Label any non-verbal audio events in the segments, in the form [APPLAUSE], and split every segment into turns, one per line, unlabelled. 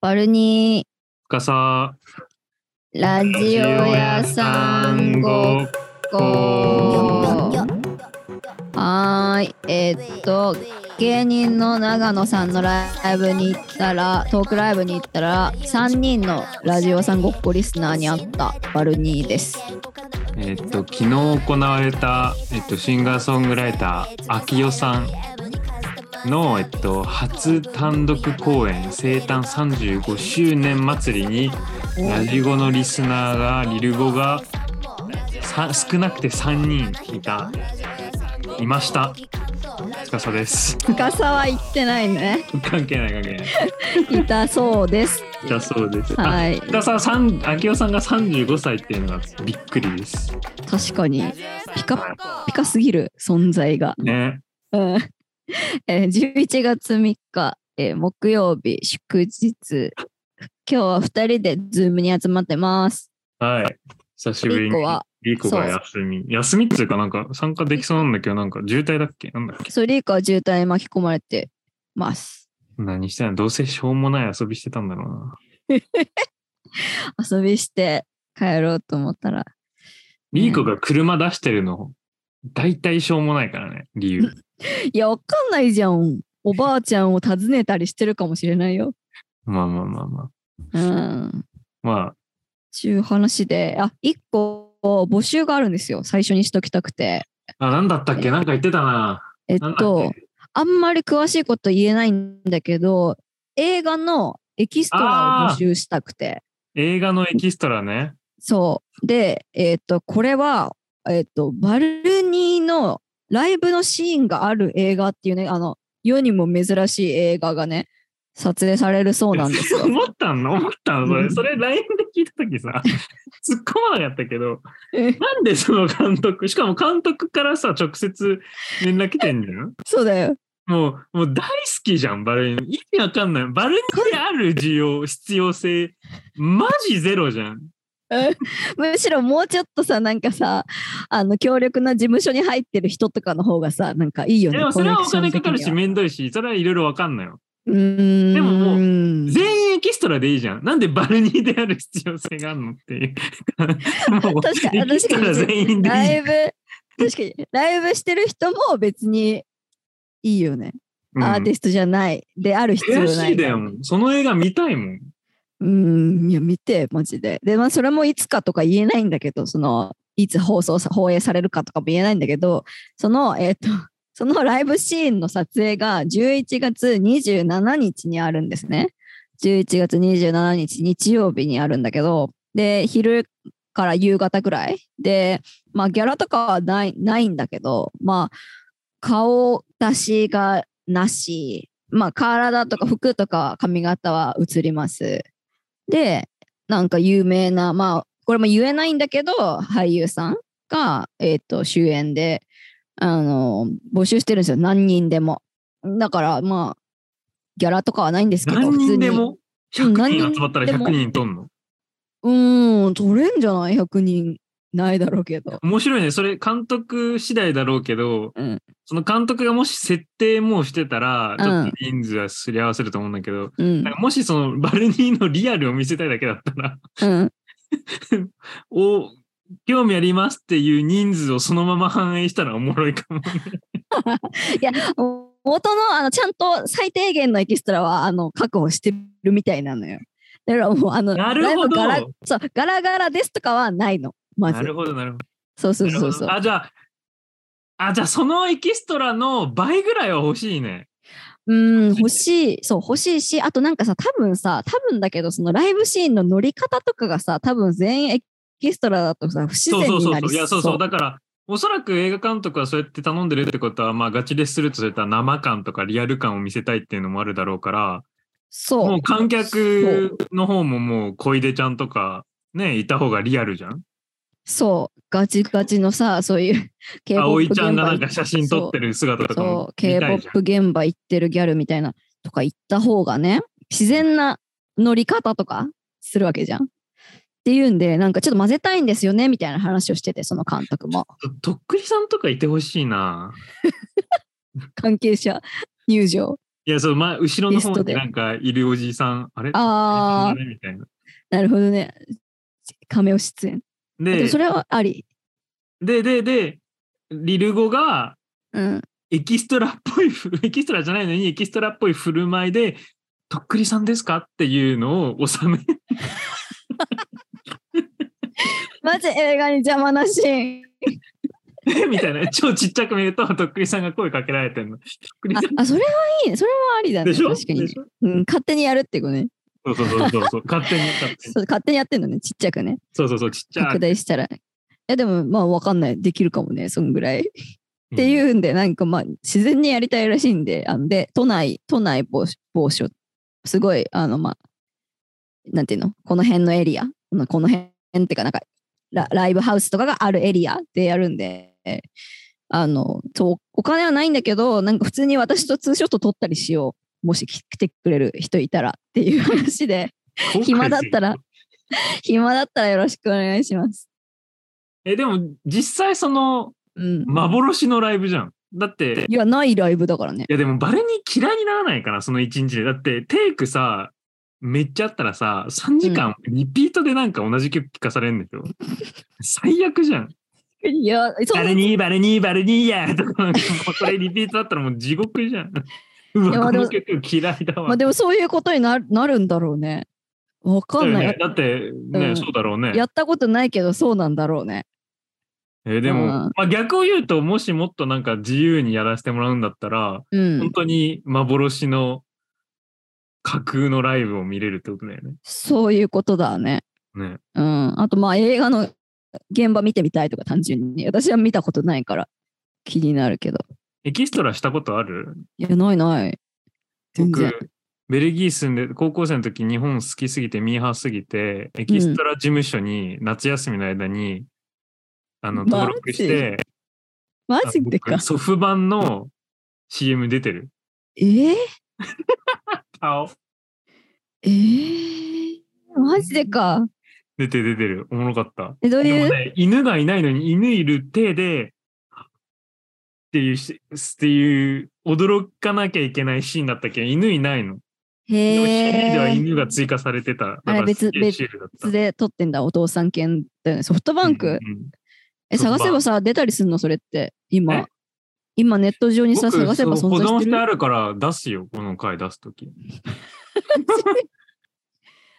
バルニ
深さ
ーラジオ屋さんごっこはーいえーっと芸人の長野さんのライブに行ったらトークライブに行ったら3人のラジオ屋さんごっこリスナーに会ったバルニーです
えっと昨日行われた、えっと、シンガーソングライター秋代さんの、えっと、初単独公演生誕35周年祭りにラジゴのリスナーがリルゴがさ少なくて3人いたいました司です
深さは行ってないね
関係ない関係ない
いたそうです
だそうです、
は
あ
い
深ささん秋代さんが35歳っていうのがびっくりです
確かにピカピカすぎる存在が
ね
うん [LAUGHS] えー、11月3日、えー木曜日祝日今日は2人でズームに集まってます
はい。久しぶり
リコ
に。
は
リコが休み。休みっていうか、なんか参加できそうなんだけど、なんか渋滞だっけなんだっけ
ソリーカは渋滞に巻き込まれてます
何してんのどうせしょうもない遊びしてたんだろうな。
遊びして帰ろうと思ったら
リコが車出してるの、大体しょうもないからね、理由。
いやわかんないじゃんおばあちゃんを訪ねたりしてるかもしれないよ
まあまあまあまあ。
うん
ま
ちゅう話であ1個募集があるんですよ最初にしときたくて
あ、あ、なんだったっけなんか言ってたな。
えっ
なんだ
と
っけ
あんまり詳しいこと言えないんだけど、映画のエキストラを募集したくて。
映画のエキストラね。
そう。で、えっ、と、これは、えっ、と、バルニーのライブのシーンがある映画っていうね、あの、世にも珍しい映画がね、撮影されるそうなんですよ。
[LAUGHS] 思ったの思ったのそ
うん
れ、それ LINE で聞いたときさ、 [LAUGHS] 突っ込まなかったけど、
え
なんでその監督、しかも監督からさ、直接連絡来てんじゃん
[LAUGHS] そうだよ。
もう、もう大好きじゃん、バルニー。意味わかんない。バルニーである需要、必要性、マジゼロじゃん。
むしろもうちょっとさ、なんかさ、あの、強力な事務所に入ってる人とかの方がさ、なんかいいよ
で
ね。
もそれはお
コネクショ
金か
ン的
かる
に
し、
は、
めんどいし、それはいろいろわかんないよ。
うーん。
でもも
う
全員エキストラでいいじゃん。なんでバルニーである必要性があるのっ
[LAUGHS]
ていう。もう
確かに
エキストラ全員でいい
ラ
じゃん。
イブ、確かに、ライブしてる人も別にいいよね。
うん
アーティストじゃない、である必要
悔
な
し
い
い
か
だ
ら。
よもん。その映画見たいもん。
うん、いや、見て、マジで。で、まあ、それもいつかとか言えないんだけど、その、いつ放送さ、放映されるかとかも言えないんだけど、その、えっ、と、 [LAUGHS] そのライブシーンの撮影が11月27日にあるんですね。11月27日、日曜日にあるんだけど、で、昼から夕方ぐらい。で、まあ、ギャラとかはないないんだけど、まあ、顔出しがなし、まあ、体とか服とか髪型は映ります。で、なんか有名な、まあ、これも言えないんだけど、俳優さんが、えっ、と、主演で、あの、募集してるんですよ。何人でも。だから、まあ、ギャラとかはないんですけど、
何人でも
普通に。うん何
100
人
人集まったら
でも
100人とんの。
うーん、取れんじゃない ?100 人ないだろうけど。
面白いね。それ監督次第だろうけど、
うん
その監督がもし設定もうしてたら、
うん
ちょっと人数はすり合わせると思うんだけど、
うん
なん、かもしそのバルニーのリアルを見せたいだけだったら、
うん。
お、興味ありますっていう人数をそのまま反映したらおもろいかもね。
いや、元の、あの、ちゃんと最低限のエキストラは、あの、確保してるみたいなのよ。だからもう、あの、
なるほど
だいぶガラそう、ガラガラですとかはないの。 [LAUGHS] ま
な
ず
る。ほど、なるほど。
そうそうそうそう
なるほど。あ、じゃあ、あ、じゃあそのエキストラの倍ぐらいは欲しいね。
うん、欲しい、そう、欲しいし、あとなんかさ、多分さ、多分だけど、そのライブシーンの乗り方とかがさ、多分全員エキストラだとさ、不自
そう
然
そう
に
そ
な
う
り
そう。いや、そうそう。だから、おそらく映画監督はそうやって頼んでるってことは、まあ、ガチレスするとそういった生感とかリアル感を見せたいっていうのもあるだろうから、
そう。
もう観
そう
客の方ももう小出ちゃんとか、ね、いた方がリアルじゃん。
そう、ガチガチのさ、そういう K-POP
[LAUGHS] 葵ちゃんがなん
現場
か写真撮ってる姿とか
そ
も
う、
見たいじゃん
K-POP 現場行ってるギャルみたいなとか行った方がね、自然な乗り方とかするわけじゃん。っていうんで、なんかちょっと混ぜたいんですよねみたいな話をしてて、その監督も。
とっくりさんとかいてほしいな。
関係者入場。
いいや、そう、まあ、後ろの方
ゲスト
に
で
なんかいるおじさん、あれ
あ
あれみたいな。
ー、なるほどね。亀尾出演。でも
で、
それはあり。
で、で、で、リルゴが
うん。
エキストラっぽいふ、 [LAUGHS] エキストラじゃないのにエキストラっぽい振る舞いで、とっくりさんですかっていうのを収め、 [LAUGHS]
マジ映画に邪魔なシーン。
みたいな、超ちっちゃく見ると、とっくりさんが声かけられてるの。とっくり
あ
さん
あ、それはいいね。それはありだね。
[LAUGHS] でしょ
確かにね
でしょ
うん。勝手にやるってことね。
そうそうそうそう
[LAUGHS]
そう、勝手に、勝手に。
そう勝手にやってんのね。ちっちゃくね。
そうそうそう、ちっちゃ
拡
い。
大したら。いや、でも、まあ、わかんない。できるかもね。そんぐらい。って
うん。
いうんで、なんかまあ、自然にやりたいらしいんで、あので、都内、都内某所、某所すごい、あのまあ、なんていうの、この辺のエリア、まあこの辺ってか、なんかラ、ライブハウスとかがあるエリアでやるんで、あの、そう、お金はないんだけど、なんか普通に私とツーショット撮ったりしよう。もし来てくれる人いたらっていう話で、 [LAUGHS] 暇だったら、暇だったらよろしくお願いします。
え、でも、実際その、
うん。
幻のライブじゃん。だって、
いや、ないライブだからね。
いやでもバレに嫌いにならないかな、その一日で。だってテイクさ、めっちゃあったらさ、3時間リピートでなんか同じ曲聴かされるんでしょ最悪じゃん。
いや、そ
バ
ん
レニー、バレニー、バレニーやとか、なんかもうそれリピートだったらもう地獄じゃん。う
いやまあ
わ、こ
でも
の曲嫌いだわ。
まあでもそういうことになるなるんだろうね。わかん
だ
ない。
よねだってね、
うん
そうだろうね
や。ったことないけどそうなんだろうね。
えーでも、
うん
まあ、逆を言うと、もしもっとなんか自由にやらせてもらうんだったら、
う
本
ん。
当に幻の架空のライブを見れるってことだよね。
そういうことだね。
ね
うん。あとまあ映画の現場見てみたいとか単純に。私は見たことないから気になるけど。
エキストラしたことある
いや、ないない。全然。
僕、ベルギー住んで、高校生の時日本好きすぎて、ミーハーすぎて、エキストラ事務所に夏休みの間に、あ
マ
の、
ジ
登録して、
マ
あ
ジでか
僕。ソフ版の CM 出てる。
えー、
顔。
えー、マジでか。
出てる出てる。おもろかった。
え、どう
で
い
も
う
ね、犬がいないのに犬いる手で、っていうし、っていう、驚かなきゃいけないシーンだったけど、犬いないの。でも CD では
へえ。
犬が追加されてた。だか
あ
ら
れ別
すげえシュールだった
別で撮ってんだ、お父さん犬だよね。ソフトバンク、
うんうん
え、
ソフトバ
探
ン
せばさ、出たりするのそれって、今
え。
今ネット上にさ、
僕
探せば
そう
存在
保存
して
してあ
る。
るから出すよ、この回出すとき。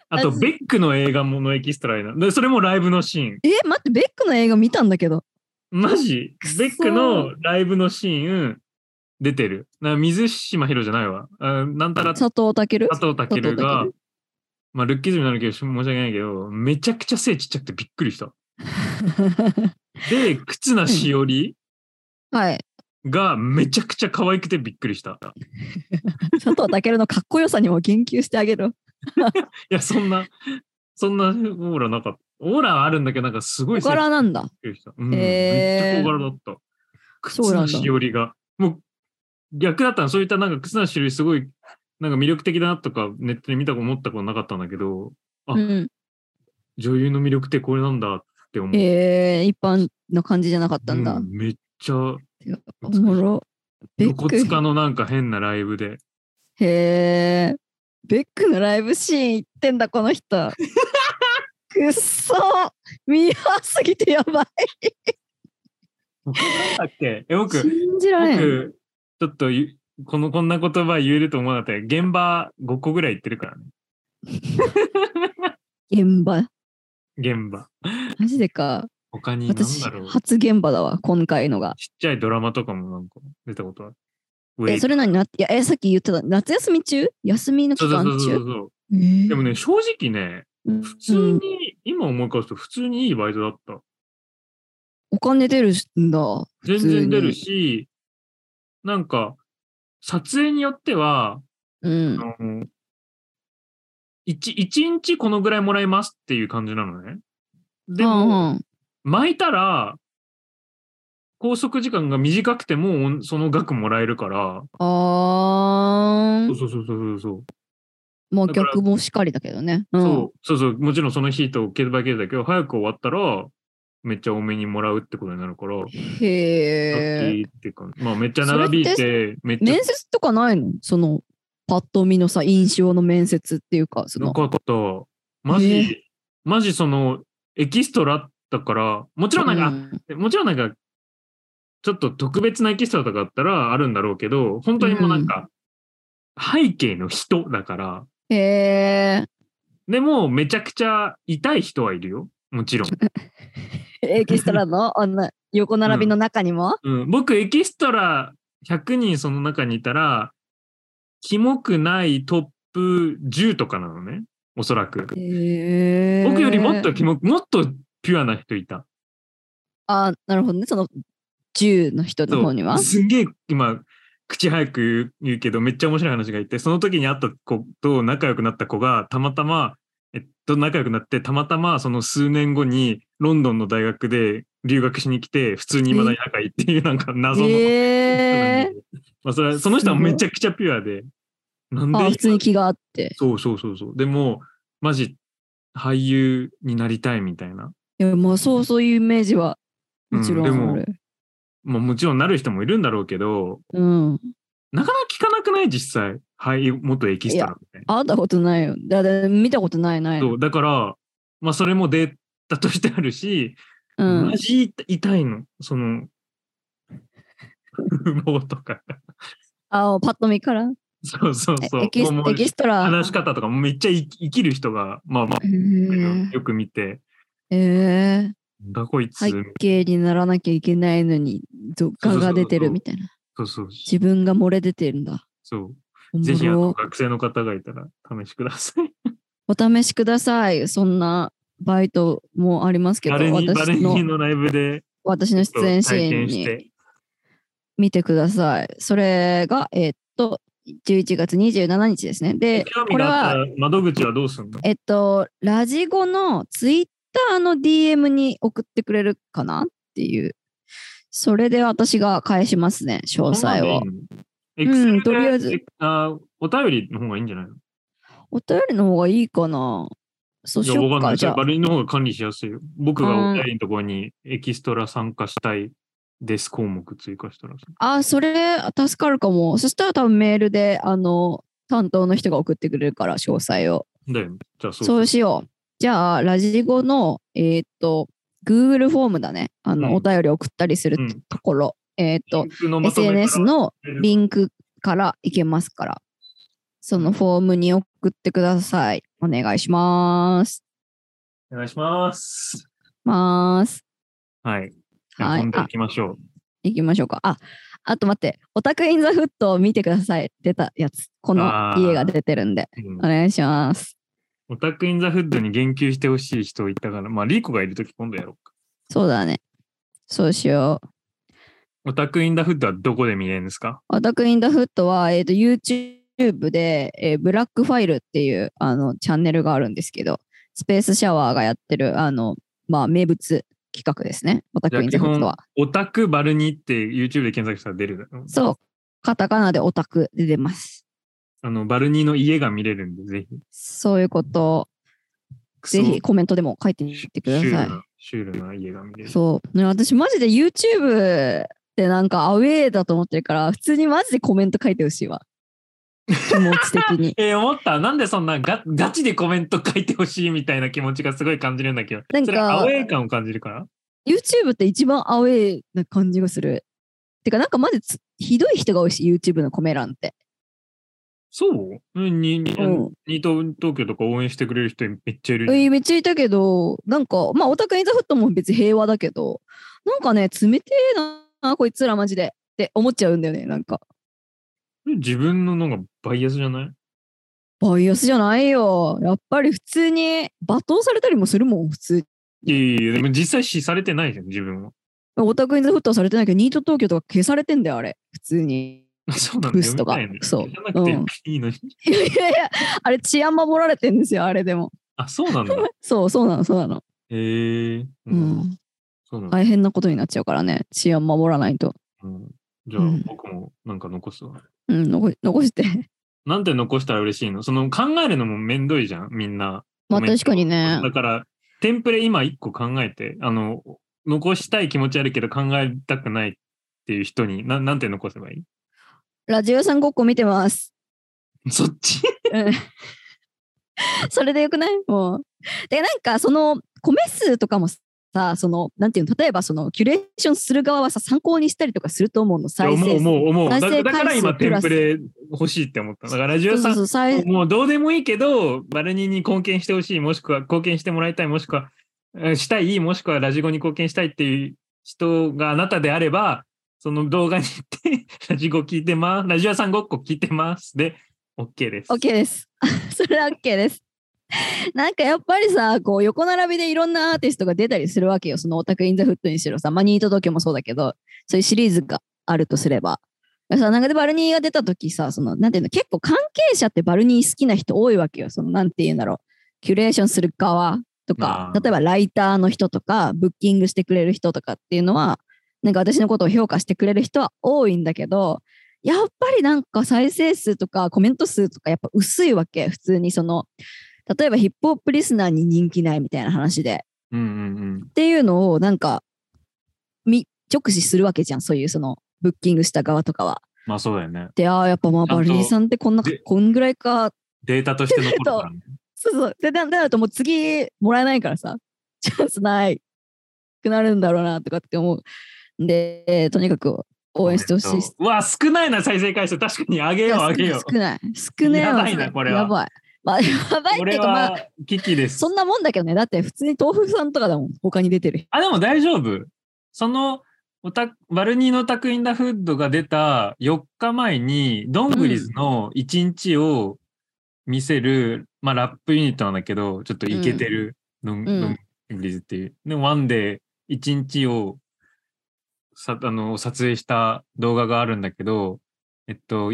あと、
マジ
ベックの映画ものエキストラになでそれもライブのシーン。
[LAUGHS] え、待って、ベックの映画見たんだけど。
マジ
くそ
ベックのライブのシーン出てる。な水島ひろじゃないわ。あなんたら佐
佐藤健
藤健
佐
が
藤、
まあ、ルッキズムになるけど申し訳ないけど、めちゃくちゃ背ちっちゃくてびっくりした。で、忽那しおり
[LAUGHS] はい。
がめちゃくちゃ可愛くてびっくりした。
佐藤健のかっこよさにも言及してあげる。
いや、そんな、そんなオーラなかった。オーラはあるんだけど、なんかすごい
小柄なんだ。
びっくりした。う
へー
ん、めっちゃ小柄だった。
そう
靴
なん
の
だ
しおりが。もう逆だったの、そういったなんか靴の種類すごい、なんか魅力的だなとか、ネットで見たこと思ったことなかったんだけど、あ
うん。
女優の魅力ってこれなんだって思う。
えー、一般の感じじゃなかったんだ
う。めっちゃ、
おもろ。ベッ
横
ク
須。賀のなんか変なライブで。
へー。ベックのライブシーン行ってんだ、この
[LAUGHS]
人。くっそミーハーすぎてやばい。
僕なんだっけえ、僕、
信じられん。
僕、ちょっとゆ、この、こんな言葉言えると思わなかったけど現場5個ぐらい行ってるからね。
現場。
現場。
マジでか。
他に何
私
だろう。
初現場だわ今回のが。
ちっちゃいドラマとかもなんか出たことある。ウェ
え
イ
それ何なにいやえさっき言ってた夏休み中休みの期
そうそう
間
そうそう
中
そう。
えー
でもね、正直ね、
うん
普通に、今思い返すと普通にいいバイトだった。
お金出るんだ。
全
通に
然出るし、なんか、撮影によっては、
うん
あ。の一一日このぐらいもらえますっていう感じなのね。でも、
うんうん
巻いたら、拘束時間が短くてもおその額もらえるから、
あー
そうそうそうそうそう。
まあ
だから
逆もしかりだけどね。うん、
そうそうそう、もちろんその日とケースバイケースだけど、早く終わったら、めっちゃ多めにもらうってことになるから、ラッキ
へえ。
ーっていうか、まあめっちゃ長引い
そ
て、めっちゃ
面接とかないのそのパッと見のさ印象の面接っていうかそ
な
の
かった。マジ、
え
マジその、エキストラだから、もちろんなんか、
うん
もちろんなんか、ちょっと特別なエキストラとかだったらあるんだろうけど、本当にもうなんか、背景の人だから、
へー
でもめちゃくちゃ痛い人はいるよ。もちろん。
エキストラ
[LAUGHS]
の女横並びの中にも、
うん、僕、エキストラ100人その中にいたら、キモくないトップ10とかなのね。おそらく。
へー
僕よりもっとキモく、もっとピュアな人いた。
あなるほどねその10の人の方には
そうすんげえ今、口早く言う言うけど、めっちゃ面白い話がいて、その時に会った子と仲良くなった子が、たまたま、えっと、仲良くなって、たまたまその数年後にロンドンの大学で留学しに来て、普通に未だに仲いいっていう、なんか謎の。
へー
[LAUGHS] まあ、それはその人はめちゃくちゃピュアで、なんで
あ普通に気があって
そうそうそうそう。でも、マジ、俳優になりたいみたいな。
いやまあそうそういうイメージはもちろん
うんでも
ある、
まあ、もちろんなる人もいるんだろうけど、
うん、
なかなか聞かなくない実際。俳優、元エキストラみたい
会ったことないよだって見たことないない
な。そうだから、まあ、それもデータとしてあるし、
うん
マ、ジ痛いの。その、不毛とか [LAUGHS] が。
あパッと見から
そうそう
え
そう。
エキス
もう
エキストラ
話し方とかもめっちゃ生き生きる人が、まあまあ、
へー
よく見て、
えー、
だこいつ、
背景にならなきゃいけないのにど画が出てるみたいな
そうそう
自分が漏れ出てるんだ
そう。
おも
ぜひあの
ろ
学生の方がいたら試してください。
お試しくださいそんなバイトもありますけど
バレニバレ
私
ニ
の
ーのライブで
私の
ちょ
出
っ
演シ
と
ーン
体験し
に
て。
見てくださいそれがえーっと11月27日ですねで
興味
これ
があ
は
ったら窓口はどうすんの
えっと、ラジゴのツイッターの DM に送ってくれるかなっていう。それで私が返しますね、詳細を。
エクセルで、
とりあえず
あお便りの方がいいんじゃないの
お便りの方がいいかなそうし
いや
よ
わ
っ
かんな
か、
い
じゃあ
バ。レニーの方が管理しやすいよ。僕がお便りのところにエキストラ参加したいです項目追加したらさ。
あ、それ、助かるかも。そしたら多分メールで、あの、担当の人が送ってくれるから、詳細を。
だよね。じゃあそう
そうしよう。じゃあ、ラジゴの、えーっと、Google フォームだね。あの、
うん
お便り送ったりする
うん
ところ。えーっと
リ、ンクのまとめから
SNS のリンクから行けますから、そのフォームに送ってください。お願いします。
お願いします。
ます。
はい。じゃあ
はい
今。度行
あ、
きましょう。
行きましょうか。あ、あと待って、オタクインザフットを見てください。出たやつ。この
あー
家が出てるんで、
うん
お願いします。
オタクインザフッドに言及してほしい人いたから、まあ、リーコがいるとき今度やろうか。
そうだね。そうしよう。
オタクインザフッドはどこで見れるんですか
オタクインザフットは、えっ、と、YouTube で、えーブラックファイルっていう、あの、チャンネルがあるんですけど、スペースシャワーがやってる、あの、まあ、名物企画ですね。オタクインザフットは。
オタクバルニって YouTube で検索したら出るだろう。
そう。カタカナでオタクで出ます。
あの、バルニの家が見れるんで、ぜひ。
そういうことを、
クソ
ぜひコメントでも書いてみ
シュ
てくださ
シュールなシュールな家が見れ
い。
る。。
そう。ね私、マジで YouTube ってなんかアウェーだと思ってるから、普通にマジでコメント書いてほしいわ。気持ち的に
えー思ったなんでそんなガガチでコメント書いてほしいみたいな気持ちがすごい感じるんだけど。
なんか
それアウェー感を感じるから
YouTube って一番アウェーな感じがする。てか、なんかマジつひどい人が多いし、YouTube のコメ欄って。
そううんに、に
うん
ニート東京とか応援してくれる人めっちゃいるじゃん。
えめっちゃいたけど、なんか、まあ、オタクインザフットも別に平和だけど、なんかね、冷てえな、こいつらマジで。って思っちゃうんだよね、なんか。
自分のなんかバイアスじゃない
バイアスじゃないよ。やっぱり普通に罵倒されたりもするもん、普通に。
いやいやいや、でも実際死されてないじゃん、自分は。 [LAUGHS]
オタクインザフットはされてないけど、ニート東京とか消されてんだよ、あれ。普通に。
そうなんだ
ブスとか
読みたいね
そう
知らなくていいのに。
いやいやいや、あれ治安守られてんですよ、あれでも。
あ、そう
[LAUGHS]
なんだ。
そう、そうなの、そうなの。
へえ。
う。ん。
そうなんだ。
大変なことになっちゃうからね。治安守らないと。
うんじゃあ
うん、
僕もなんか残すわ。
うん、残残して。
[LAUGHS] なんて残したら嬉しいのその考えるのもめんどいじゃん、みんな。
まあ
コメント
確かにね
だから、テンプレ今一個考えて、あの、残したい気持ちあるけど考えたくないっていう人に、ななんて残せばいい
ラジオさんごっこ見てます。 [LAUGHS]
そっち
それでよくないもう。で、なんかその米数とかもさ、その、なんていうの、例えばそのキュレーションする側はさ、参考にしたりとかすると思うの、再
も
生
う
数。
もう思うだ
再生
だから
回
今
数プ
テ
ラ
ン
ス
プレ欲しいって思っただからラジ
そ
オ
うそう
さ
んそう、再
[LAUGHS] もうどうでもいいけどバルニーに貢献してほしいもしくは貢献してもらいたいもしくはうんしたいもしくはラジゴに貢献したいっていう人があなたであればその動画に行って [LAUGHS] ラジゴ聞いてますラジオさんごっこ聞いてますで OK です。
OK です。 [LAUGHS] それは OK です。 [LAUGHS] なんかやっぱりさ、こう横並びでいろんなアーティストが出たりするわけよ。そのオタクインザフットにしろさ、まあニート東京もそうだけど、そういうシリーズがあるとすれば。さなんかでバルニーが出た時さ、その、なんていうの、結構関係者ってバルニー好きな人多いわけよ。その、なんていうんだろう。キュレーションする側とか
あ、ー
例えばライターの人とか、ブッキングしてくれる人とかっていうのは、なんか私のことを評価してくれる人は多いんだけど、やっぱりなんか再生数とかコメント数とかやっぱ薄いわけ普通にその例えばヒップホップリスナーに人気ないみたいな話で
うんうん
っていうのをなんかみ直視するわけじゃんそういうそのブッキングした側とかは。
まあそうだよね。
でああやっぱまあ
ちゃん
バ
と
ルニーさんってこんな
で
こんぐらいか
データとして残るからね、
そうそうでだだるともう次もらえないからさ [LAUGHS] チャンスないくなるんだろうなとかって思うんでとにかく応援してほしいっす。
うわ、少ないな、再生回数。確かに、あげよう、あげよう。
少ない少ない
やばい
少
な
ね
これは
やばい。 [LAUGHS] まあ、やばいってい
俺
うかまあ
は危機です
そ。んなもんだけどね、だって普通に豆腐さんとかだもん、他に出てる。
あ、でも大丈夫。その、オタバルニーのオタクインダフッドが出た4日前に、ドングリズの1日を見せる、まあラップユニットなんだけど、ちょっとイケてる、ドン
うん
ドングリズっていう。で、ワンデー1日をさあの撮影した動画があるんだけど、えっと、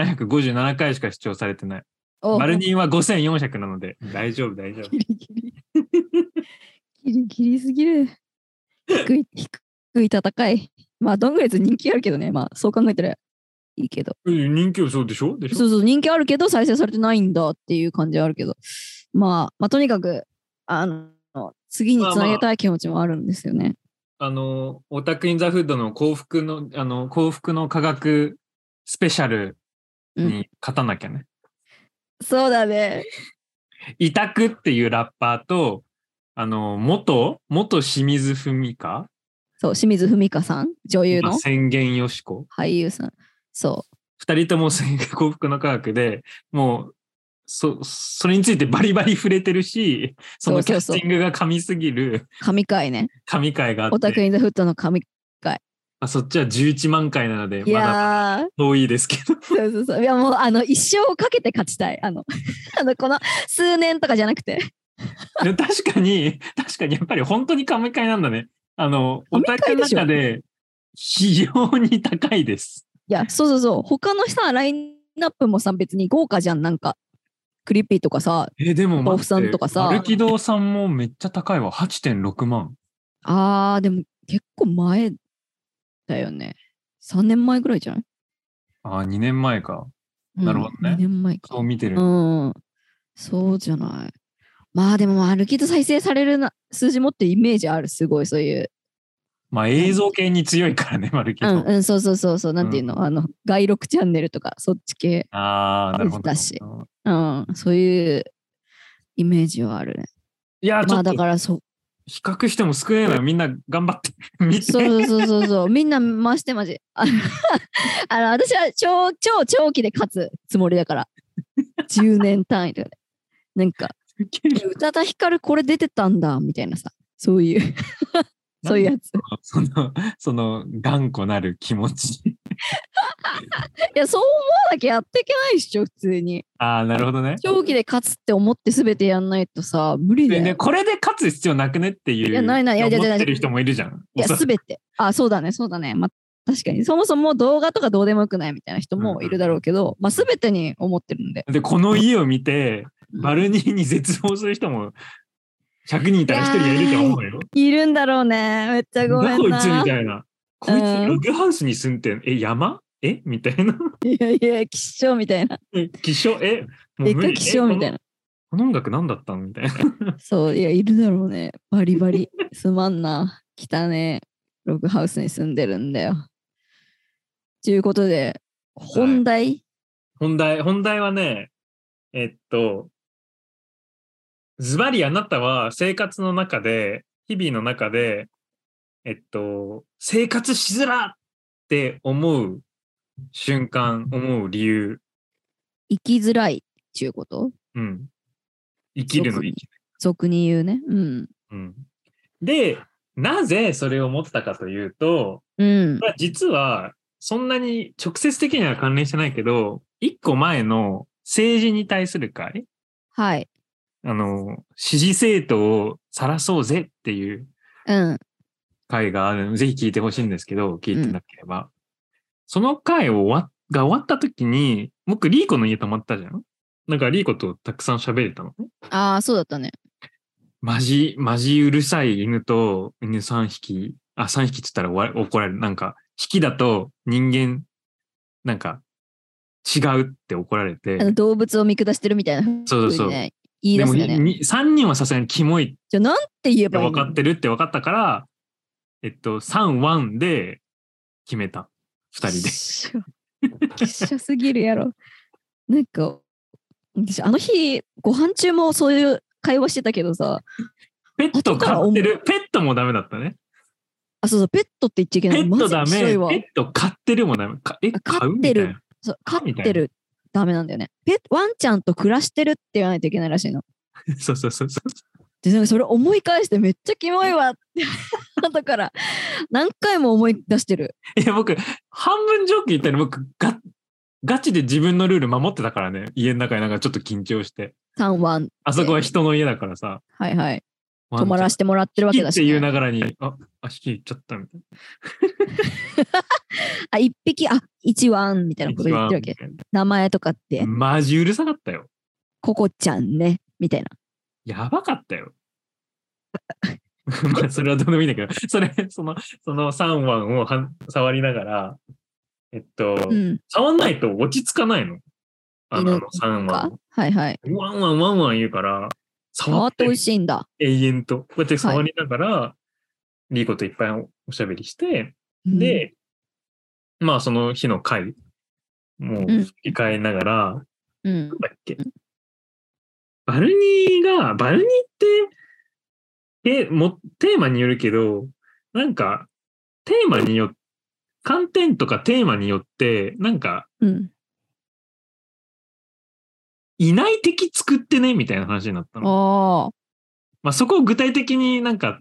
4757回しか視聴されてない。
お
バルニーは5400なので、大丈夫、大丈
[LAUGHS]
夫。
ギリギリ。ギリギリすぎる。低い、低い戦い。まあ、どんぐらいず人気あるけどね、まあ、そう考えたらいいけど。
人気はそうでしょでしょ
そうそう、人気あるけど、再生されてないんだっていう感じはあるけど。まあ、まあ、とにかく、あの、次につなげたい気持ちもあるんですよね。
あの、オタクインザフードの幸福の、あの、幸福の科学スペシャルに勝たなきゃね。
そうだね。
イタクっていうラッパーと、あの、元、元清水文香
そう、清水文香さん、女優
まあ
の
宣言よしこ。
俳優さん。そ
二人とも宣言幸福の科学で、もう、そ、それについてバリバリ触れてるし、そのキ
そうそ
ャ
う
ス
そう
ティングが神すぎる
う、神回ね。
神回があ
オ
っ
タク
て、
インザフットの神
まあ、そっちは11万回なので、
い
まだ
やー、
遠いですけど。
そうそうそう。いやもう、あの、一生をかけて勝ちたい。あの、 [LAUGHS] あのこの数年とかじゃなくて。
でも [LAUGHS] 確かに、確かにやっぱり本当に神回なんだね。あの、お
神回
互いの
でしょ
中で非常に高いです。
いや、そうそうそう。他のさ、ラインナップもさ、別に豪華じゃん。なんか、クリッピーとかさ、
えでも
豆腐
待って、
さんとかさ
マルキドーさんもめっちゃ高いわ。8.6万。
あー、でも結構前だよね。3年前ぐらいじゃない、
ああ、2年前か。
うん
なるほど
2
ね
年前か
そう。見てる。
うん。そうじゃない。まあでも、歩きと再生されるな数字持ってるイメージある。すごい、そういう。
まあ映像系に強いからね、マルキド
う
ー。
んうん、そうそうそうそう。なんていうの、あの、外録チャンネルとか、そっち系。
ああ、なるほど。
だしうん、そういうイメージはあるね。
いや、ち
ま
ょ
あ
っと
だからそ
比較しても少ないのよ。みんな頑
[LAUGHS]
張って。見て。
そうそうそうそう、みんな回してマジ。あの [LAUGHS] あの私は超超長期で勝つつもりだから。10年単位とかで。なんか、宇多田ヒカルこれ出てたんだみたいなさ、そう
[LAUGHS]
いう、そういうやつ。い
その、その、頑固なる気持ち。
や、そう思わなきゃやっていけないっしょ、普通に。
ああ、なるほどね。
長期で勝つって思って全てやんないとさ、無理だ
で
よ。
ね、これで勝つ必要なくねっていう。
いやないないいやいやいや
思ってる人もいるじゃん。
いや、
おそ
すべて。あ、そうだね、そうだね。まあ、確かに。そもそも動画とかどうでもよくないみたいな人もいるだろうけど、まあ、すべてに思ってるんで。
で、この家を見て、
うん
バルニーに絶望する人も100人いたら1人はいると思うよ。
いるんだろうね。めっちゃごめ
なんこい
な。
つみ
い
たいな。こいつログハウスに住んでんえ、山えみたいな。
やいや、気象みたいな。
[LAUGHS] 気象えも
で
う
っ
無
かい
理
気象みたいな。
えこのこの音楽何だったのみたいな。
そう、いや、いるだろうね。バリバリ。すまんな。汚ねえ。ログハウスに住んでるんだよ。ということで、本題、
本題、本題はね、えっと、ズバリあなたは生活の中で、日々の中で、えっと、生活しづらって思う瞬間、思う理由、
生きづらいっていうこと
うん。生きるの生きる。
俗に言うね。うん。
うん。で、なぜそれを思ったかというと、
うん。
まあ実は、そんなに直接的には関連してないけど、一個前の政治に対する会、
はい。
あの、支持政党を晒そうぜっていう
うん。
会があるのぜひ聞いてほしいんですけど、聞いてなければ。その会を終わが終わった時に、僕、リーコの家泊まったじゃんなんか、リーコとたくさん喋れたのね。
ああ、そうだったね。
マジ、マジうるさい犬と犬3匹、あ、3匹って言ったら終わ怒られる。なんか、匹だと人間、なんか、違うって怒られて
あ。の動物を見下してるみたいな、
そうそうそ
風
う
にね言い出すんだよ
で
ね。
も、3人はさすがにキモいっ
じゃあ、なんて言え
て
ばいい
分
の
かってるって分かったから、えっと、3、1で決めた。2人で。
[LAUGHS] きっしょすぎるやろ。なんか、私、あの日、ご飯中もそういう会話してたけどさ、
ペット飼ってる。ペットもダメだったね。
あ、そうそう、ペットって言っちゃいけな
ペ
い。
ットダ
マジ
メ。
ひど
ペ
いわ
ット飼ってるもダメ。かえ、
あ
飼う
飼ってる
みたいな
そう飼ってる、ダメなんだよね。ペットワンちゃんと暮らしてるって言わないといけないらしいの。
[LAUGHS] そうそうそうそう。
で、なんかそれ思い返して、めっちゃキモいわ [LAUGHS] って、だから、何回も思い出してる。
いや、僕、半分ジョーク言ったの僕、が、ガチで自分のルール守ってたからね。家の中でなんかちょっと緊張して。
3、ワン。
あそこは人の家だか
[LAUGHS]
らさ。
はいはい。泊まらせてもらってるわ
ワンち
け
ゃん
だ
っ
し、
て言う
ね。
ながらに、あ、あ、引き入っちゃったみたい
あ、1匹、あ、1ワンみたい
な。
なこと言ってるわけ。名前とかって、
マジうるさかったよ。
ココちゃんね、みたいな。
やばかったよ。 [LAUGHS] まあ、それはどうでもいいんだけど、それ、その、その3腕をはん触りながら、えっと、
うん。
触んないと落ち着かないの。あの、あ
犬
の3
か
腕を。
はいはい。
ワンワンワンワン言うから、
変
触
わっ
っ
てて
る
美味しいんだ。
永遠と、こうやって触りながら、リーコといっぱいおしゃべりして、で、まあその日の回、もう振り返りながら、
うん、うん
なん。だっけ、バルニーが、バルニーって、え、も、テーマによるけど、なんか、テーマによ観点とかテーマによって、なんか、
うん。
いない敵作ってね、みたいな話になったの。
ああ。
まあ、そこを具体的になんか、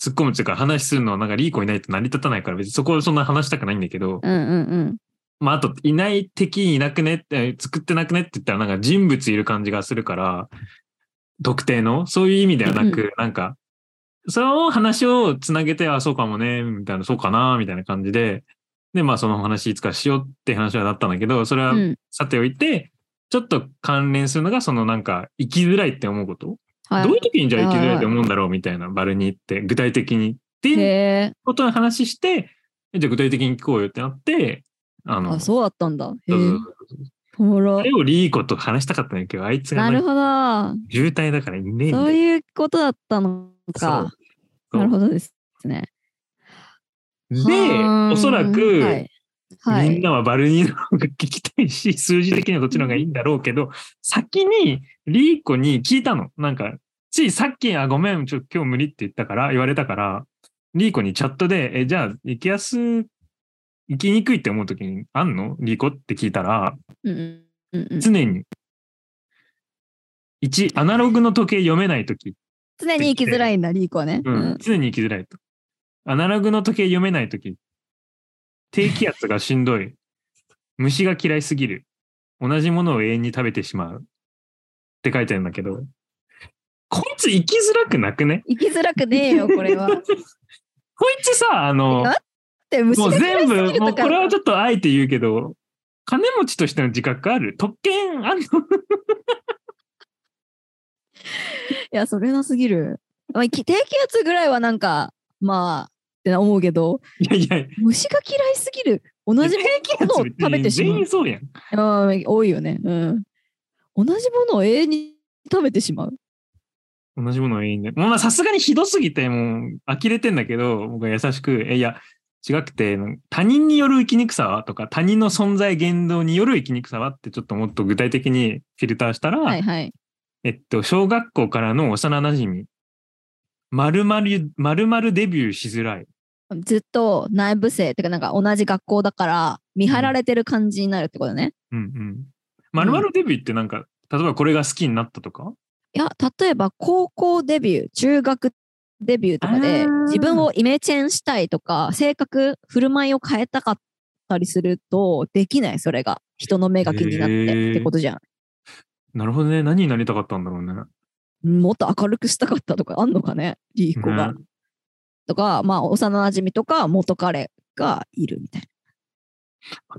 突っ込むというか話するのはなんかリーコいないと成り立たないから別にそこはそんな話したくないんだけど、
うんうんうん。
まああといない敵いなくねって、作ってなくねって言ったらなんか人物いる感じがするから、特定の、そういう意味ではな
う
く、なんか、その話をつなげて、あ、そうかもね、みたいな、そうかな、みたいな感じで、で、まあその話いつかしようって話はなったんだけど、それは
うん、
さておいて、ちょっと関連するのがそのなんか生きづらいって思うこと
は
どういう
い。
時にじゃあ生きづらいと思うんだろうみたいな、バルニーって、具体的に。って
へ
いう
え。
ことの話して、じゃあ具体的に聞こうよってなって、あの、
あ、そうだったんだ。へ
そうそう
え。
そう
おもろ
そ。れをリーコと話したかったんだけど、あいつが
なる
ね
ほど。
渋滞だからいねえんだ
そ
よ
ういうことだったのか。
そう
なるほどですね。はー
で、おそらく、
はい。は
みん
い。
なはバルニーの方が聞きたいし、数字的にはどっちの方がいいんだろうけど、先にリーコに聞いたの。なんか、ついさっき、あ、ごめん、ちょ、今日無理って言ったから、言われたから、リーコにチャットで、え、じゃあ、行きやす、行きにくいって思う時にあんのリーコって聞いたら、
うんうんうんうん
常に、1、アナログの時計読めない時
常に生きづらいんだ、リーコはね。
う
うんん、
常に生きづらいと。アナログの時計読めない時低気圧がしん
[LAUGHS]
どい。虫が嫌いすぎる。同じものを永遠に食べてしまう。って書いてあるんだけど、こいつ生きづらくなくね
生きづらくねえよ、これは。
こいつさ、あの、
えで、虫
も
が
う
嫌いすぎ
全部、
る
もう
とか
これはちょっとあえて言うけど、金持ちとしての自覚ある特権ある [LAUGHS] の
いや、それなすぎる。まあ、き低気圧ぐらいはなんか、まあ、って思うけど、
いやいや、
虫が嫌いすぎる。同じも
低気
のを
圧
食べてしま
全
う
員そうやん。
の、うん多いよね。うん。同じものを永遠に食べてしまう。
同じものを永遠で。もうまあさすがにひどすぎて、もう呆れてんだけど、僕は優しく、え、いや、違くて、他人による生きにくさはとか、他人の存在言動による生きにくさはってちょっともっと具体的にフィルターしたら、
はいはい。
えっと、小学校からの幼馴染み。まるまる、まるまるデビューしづらい。
ずっと内部生ってかなんか同じ学校だから見張られてる感じになるってことね。
うんうん。まるまるデビューってなんか、例えばこれが好きになったとか
いや例えば高校デビュー中学デビューとかで
あー
自分をイメチェンしたいとか性格振る舞いを変えたかったりするとできないそれが人の目が気になっ
へ
て
ー
ってことじゃん。
なるほどね。何になりたかったんだろうね。
もっと明るくしたかったとかあんのかねリーコが。
ね
とかまあ幼馴染とか元彼がいるみたい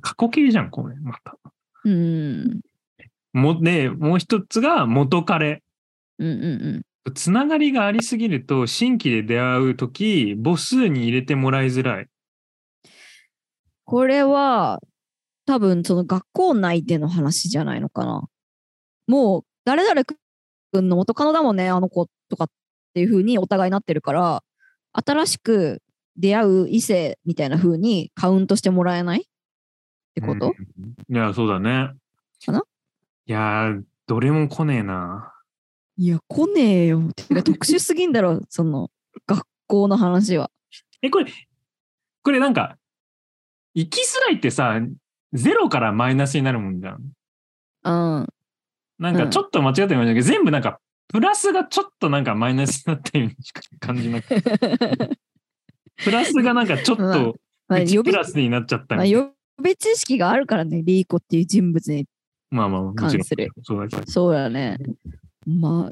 過去形じゃん、これ。また。
な。うん
も、で、もう一つが元彼。
うんうんうん。
つながりがありすぎると、新規で出会うとき、母数に入れてもらいづらい。
これは多分その学校内での話じゃないのかな。もう誰々くんの元カノだもんね、あの子とかっていう風にお互いなってるから、新しく出会う異性みたいな風にカウントしてもらえないってこと、
うんいや、そうだね。
かない
やー、どれも来ねえな。
いや、来ねえよ。てか特殊すぎんだろ、その学校の話は。
え、これ、これなんか、生きづらいってさ、ゼロからマイナスになるもんじゃん。 [LAUGHS]
うん。
なん
う
か
ん
ちょっと間違ってもいいんだけど、全部なんか、プラスがちょっとなんかマイナスになったようにしか
[LAUGHS]
感じなくて、プラスがなんかちょっ
まあ
と
まあ
1
予
プ
備
ラスになっちゃった
まあ
みたいな
予備知識があるからね、リーコっていう人物に。
まあまあ、もちろ
関
ん
する。
そうだけど
そうだね。まあ。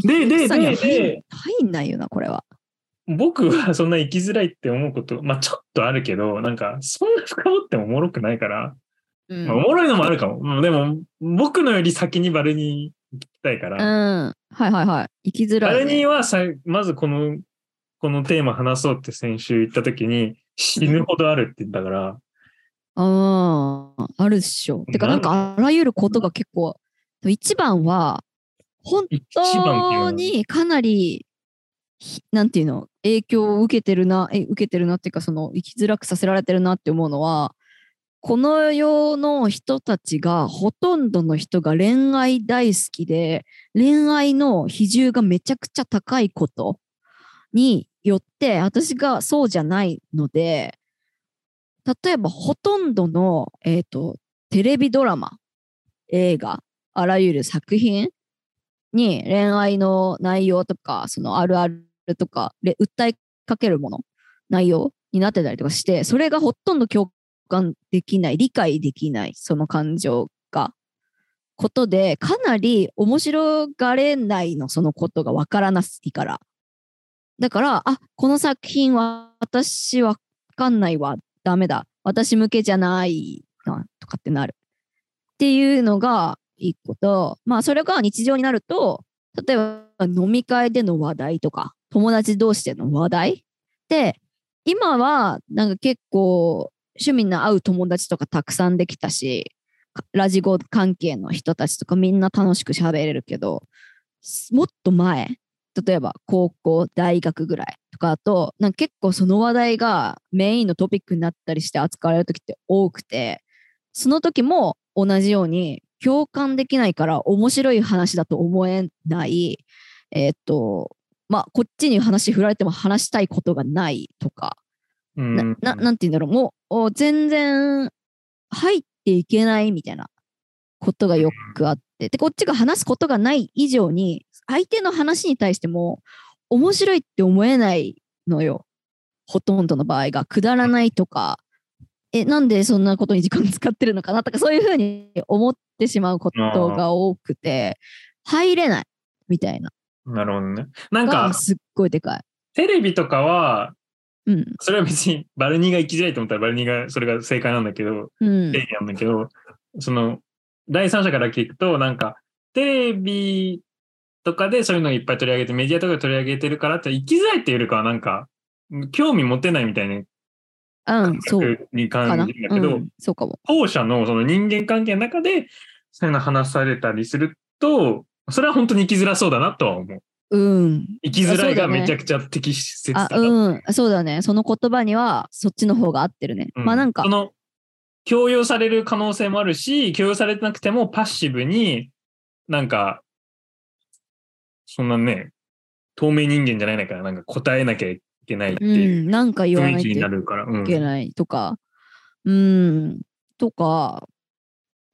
で
生
で
きづらさには
で
入ん
で
入んないよな、これは。
僕はそんな生きづらいって思うこと、まあちょっとあるけど、なんかそんな深掘ってもおもろくないから、
うん
まあおもろいのもあるかも。うんでも、僕のより先にバルニー行きたいか
う
ら、
ん。はいはいはい。生きづ
バ
らい、
ルニ
ね。
ーはさまずこの、このテーマ話そうって先週言った時に、死ぬほどあるって言ったから、
ああ、あるっしょ。てか、なんかあらゆることが結構、一番は、本
一番
当
っていう
にかなり、ひなんていうの、影響を受けてるな、え受けてるなっていうか、その、生きづらくさせられてるなって思うのは、この世の人たちが、ほとんどの人が恋愛大好きで、恋愛の比重がめちゃくちゃ高いことによって私がそうじゃないので例えばほとんどの、えー、とテレビドラマ映画あらゆる作品に恋愛の内容とかそのあるあるとかで訴えかけるもの内容になってたりとかしてそれがほとんど共感できない理解できないその感情がことでかなり面白がれないのそのことがわからないからだからあこの作品は私わかんないわダメだ私向けじゃないなとかってなるっていうのが一個とまあそれが日常になると例えば飲み会での話題とか友達同士での話題で今はなんか結構趣味の合う友達とかたくさんできたしかラジゴ関係の人たちとかみんな楽しく喋れるけどすもっと前例えば高校大学ぐらいとかだとなんか結構その話題がメインのトピックになったりして扱われる時って多くてその時も同じように共感できないから面白い話だと思えないえーっとまあこっちに話振られても話したいことがないとか
うん
なななんて言うんだろう、もうお全然入っていけないみたいなことがよくあって、で、こっちが話すことがない以上に、相手の話に対しても面白いって思えないのよ。ほとんどの場合が、くだらないとか、え、なんでそんなことに時間使ってるのかなとか、そういうふうに思ってしまうことが多くて、入れないみたいな
なるほどね。なん
の
か
が、すっごいでかい。
テレビとかは、
うん。
それは別にバルニーが生きづらいと思ったらバルニーがそれが正解なんだけど、
うん
定。義なんだけど、その、第三者から聞くと、なんか、テレビとかでそういうのをいっぱい取り上げて、メディアとかで取り上げてるからって、生きづらいっていうよりかは、なんか、興味持てないみたいな
うん、そう
感に
かな。
感じるんだけど、
うん、そうかも。
後者のその人間関係の中で、そういうの話されたりすると、それは本当に生きづらそうだなとは思う。
うん。
生きづらい
あそう
が
だね
めちゃくちゃ適切だ
あ
っ、た
うん。そうだね。その言葉には、そっちの方が合ってるね。
う
まあなんか
そ、の強要される可能性もあるし強要されてなくてもパッシブになんかそんなね透明人間じゃないからなんか答えなきゃいけないって
う、
いうん
なんか言わ
雰
な
囲
い
気
とい
になるから、うん
けないとか、うん、とか、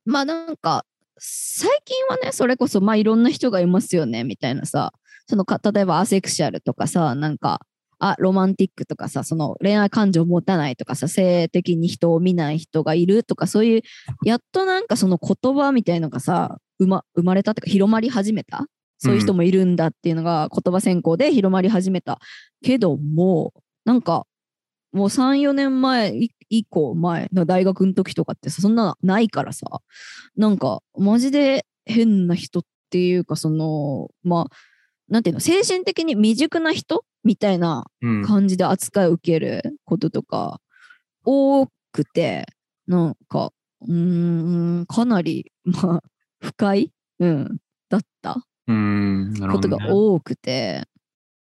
まあなんか、最近はね、それこそ、まあいろんな人がいますよね、みたいなさ、そのか、例えばアセクシャルとかさ、なんか、あ、ロマンティックとかさ、その恋愛感情を持たないとかさ、性的に人を見ない人がいるとか、そういう、やっとなんかその言葉みたいのがさ、生ま生まれたっていうか、広まり始めた。そういう人もいるんだっていうのが言葉選考で広まり始めたけども、なんかもう3、4年前い以降前の大学の時とかってさそんなないからさ、なんかマジで変な人っていうかその、まあ、なんていうの、精神的に未熟な人みたいな
うん
感じで扱いを受けることとか多くて、なんか、うーん、かなり、まあ、不快、うん、だった
うんなる
こ
ほ
と
ど
が
ね
多くて、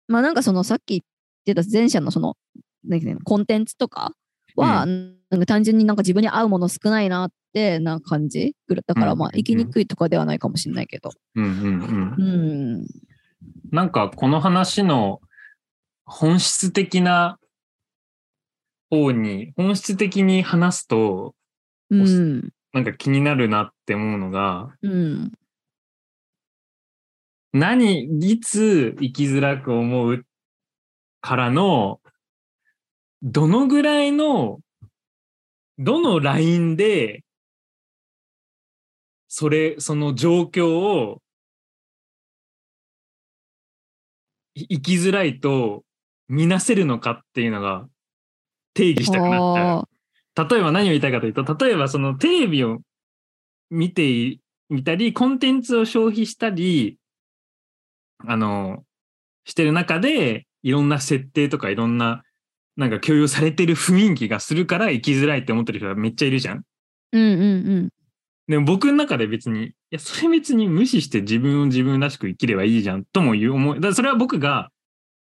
まあなんかそのさっき言ってた前者のそのなんていうのコンテンツとかは、
う
なんか単純になんか自分に合うもの少ないなってな感じだから
うん
まあ生きにくいとかではないかもしれないけど、
うんうんうん
うん、
なんかこの話の本質的な方に本質的に話すと
うん、
おす
うん、
なんか気になるなって思うのが
うん、
何いつ生きづらく思うからのどのぐらいのどのラインでそれその状況をい生きづらいと見なせるのかっていうのが定義したくなっちゃう。
あー
例えば何を言いたいかというと、例えばそのテレビを見てい見たり、コンテンツを消費したり、あの、してる中で、いろんな設定とかいろんな、なんか共有されてる雰囲気がするから生きづらいって思ってる人がめっちゃいるじゃん。
うんうん
でも僕の中で別に、いや、それ別に無視して自分を自分らしく生きればいいじゃんとも言う思い。だからそれは僕が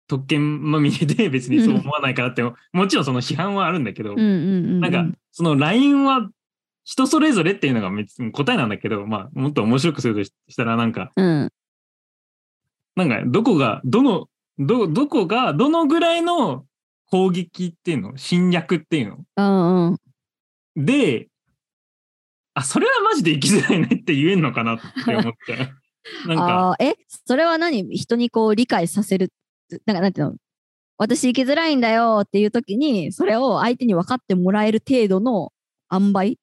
特権まみれで別にそう思わないからって、もちろんその批判はあるんだけど、
うんうんうんうん
なんか、その LINE は人それぞれっていうのが別に答えなんだけど、まあ、もっと面白くするとししたら、なんか、
うん
なんか、どこが、どの、ど、どこが、どのぐらいの攻撃っていうの侵略っていうの
うんうん
で、あ、それはマジで生きづらいねって言えんのかなって思っちゃう。な
[LAUGHS]
んか、
あーえそれは何人にこう理解させるなんかなんていうの私生きづらいんだよっていう時にそれを相手に分かってもらえる程度の塩梅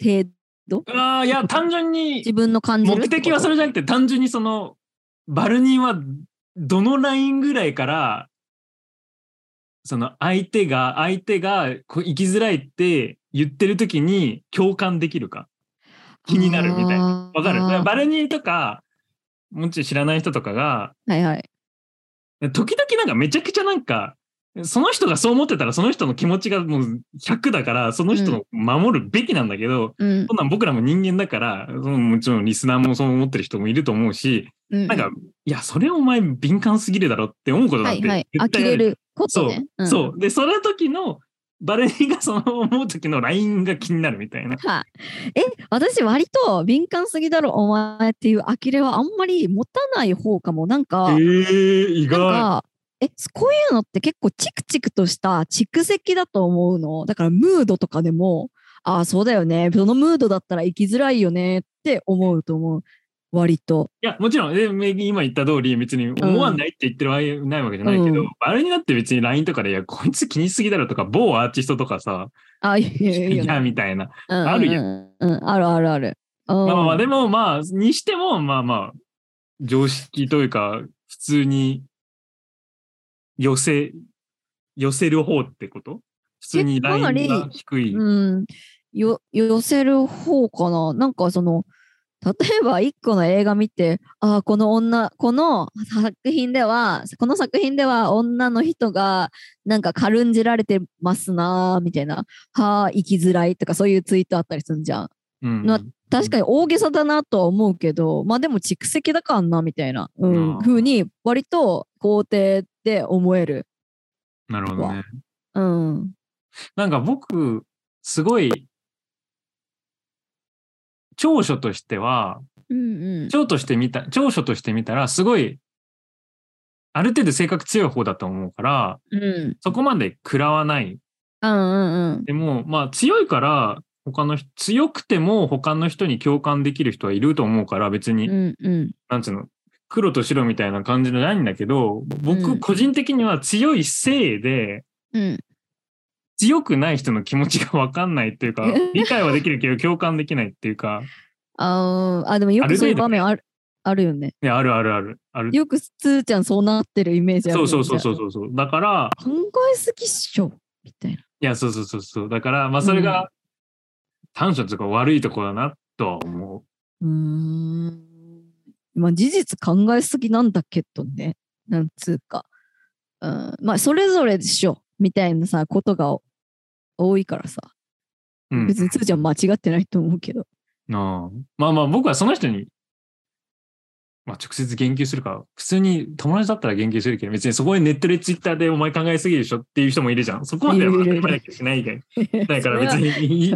程度
ああー、いや、単純に
自分の感じる
目的はそ
れ
れじゃなくて単純にそのバルニーはどのラインぐらいからその相手が相手がこう生きづらいって言ってる時に共感できるか気になるみたいな
な
わかるだからバルニーとかもちろん知らない人とかが
はいはい
時々なんかめちゃくちゃなんかその人がそう思ってたらその人の気持ちがもう100だからその人を守るべきなんだけど、
うん
そんなん僕らも人間だからそのもちろんリスナーもそう思ってる人もいると思うし、
うん
なんか、いや、それお前敏感すぎるだろって思うことだ
は
って
い
絶
は
対
い呆れることね
ある。
うん
そう。で、その時の、バレリーがその思う時のラインが気になるみたいな。
はえ私割と敏感すぎだろお前っていう呆れはあんまり持たない方かもなんか、
ー、意
なん。か、え、すこういうのって結構チクチクとした蓄積だと思うの。だからムードとかでも、ああ、そうだよね。そのムードだったら生きづらいよねって思うと思う。割と。
いや、もちろん、でめ今言った通り、別に思わないって言ってるわけ、ないわけじゃないけど、
うん
バレリーだって別に LINE とかで、いや、こいつ気にしすぎだろとか、某アーティストとかさ、
ああ、いやいやい
いや、
や。
みたいな。
あ
ある
や
や
ん。うん、あるあるある。
まあまあまあ、で
も、
もまあ、にしても、まあまあ、常識というか、普通に寄せ、寄せる方ってこと普通に
えかな
ラ
り
インが低い。
うん。よ、寄せる方かな。なんかその、例えば一個の映画見て、ああ、この女、この作品では、この作品では女の人がなんか軽んじられてますなーみたいな、はあ、生きづらいとかそういうツイートあったりするじゃん。
うん
な確かに大げさだなとは思うけど、まあでも蓄積だからなみたいな、う
あ
ん、
ー
ふうに割と肯定で思える。
なるほどね。
うん。
なんか僕、すごい、長所としては、
うんうん。
長として見た、長所として見たら、すごい、ある程度性格強い方だと思うから、
うんうん
そこまで食らわない。
うんうん。
でも、まあ強いから、他の人、強くても他の人に共感できる人はいると思うから、別に、
うんうん。
なんつうの、黒と白みたいな感じのないんだけど、
う
僕
ん
個人的には強いせいで、
うん。
強くない人の気持ちが分かんないっていうか
[LAUGHS]
理解はできるけど共感できないっていうか
あーあ、でもよくそういう場面あるあるよね。
いやあるあるあるある
よくつーちゃんそうなってるイメージある
そ
よ
う
ね。
そ
じ
うそう
ゃ
そ
あ
うそうそうだから
考えすぎっしょみたいな。
いやそうそうそうそうだからまあそれが短所とか悪いところだなとは思う
うーん。まあ事実考えすぎなんだけどね。なんつうか。うん、まあそれぞれでしょみたいなさ、ことがお多いからさ。
うん
別につーちゃん間違ってないと思うけど。
なあまあまあ僕はその人にまあ直接言及するか普通に友達だったら言及するけど別にそこでネットでツイッターでお前考えすぎでしょっていう人もいるじゃんそこまでは考
いるいるいる
えなきゃしないでだ
だ
から別。にい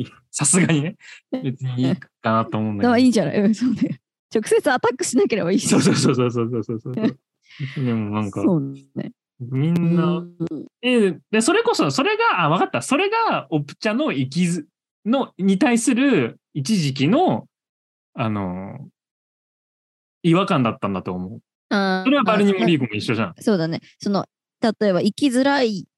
いさすがにね別にいいかなと思うん
だ
だけ
か
ど
らいいんじゃない [LAUGHS] うんそうね。直接アタックしなければいいし
そうそうそうそうそうそ
[LAUGHS]
うそう。でもなんか、
そうね。
み
うん
な、
ん
えで、それこそ、それが、あ、わかった。それが、オプチャの生きず、の、に対する、一時期の、あの、違和感だったんだと思う。
あー
それはバルニムリーゴも一緒じゃん。
そうだね。その、例えば、生きづらいっ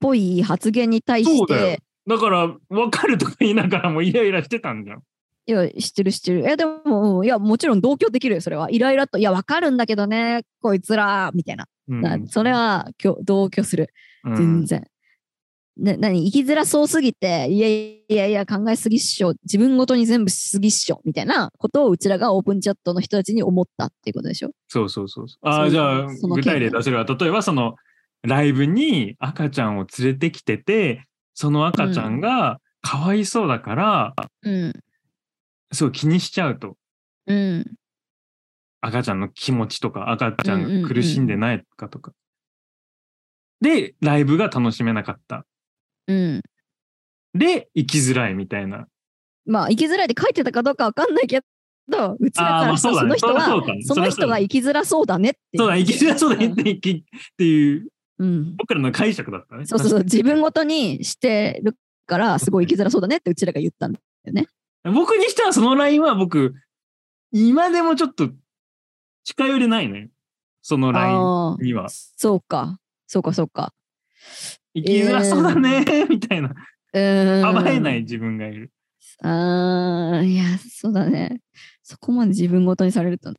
ぽい発言に対
そう
し
だよ
て、
だから、わかるとか言いながらもイライラしてたんじゃん。
いや、知ってる知ってる。いや、でも、うんいや、もちろん同居できるよ、それは。イライラと、いや、わかるんだけどね、こいつら、みたいな。
うん
なそれ、は、きょ同居する。
うん
全然。な何生きづらそうすぎて、いやいやいや、考えすぎっしょ、自分ごとに全部しすぎっしょ、みたいなことをうちらがオープンチャットの人たちに思ったっていうことでしょ。
そうそうそうそう。あ
そ
あ、
う
じゃあ、
その
具
件
体例出せるわ。例えば、その、ライブに赤ちゃんを連れてきてて、その赤ちゃんがかわいそうだから、
うん。
すごい気にしちゃうと。
うん。
赤ちゃんの気持ちとか、赤ちゃ
うんうん
ん
う
が
ん
苦しんでないかとか。で、ライブが楽しめなかった。
うん。
で、生きづらいみたいな。
まあ、生きづらいって書いてたかどうかわかんないけど、うちらか
あーま
ら
あ
した
そう
ら
だ
そ
ね
の人
そりゃそう
は
だね、
その人が生きづらそうだねってい。
そうだ、生きづらそうだねってってっていう、
うん。
僕らの解釈だったね。
そうそうそう、自分ごとにしてるから、すごい生きづらそうだねってうちらが言ったんだよね。
僕にしてはそのラインは僕、今でもちょっと近寄れないね。そのライン
ああー、
には。
そうか、そうか、そうか。
生きづらそうだね、みたいな。
うーん。
甘えない自分がいる。
ああ、いや、そうだね。そこまで自分ごとにされると、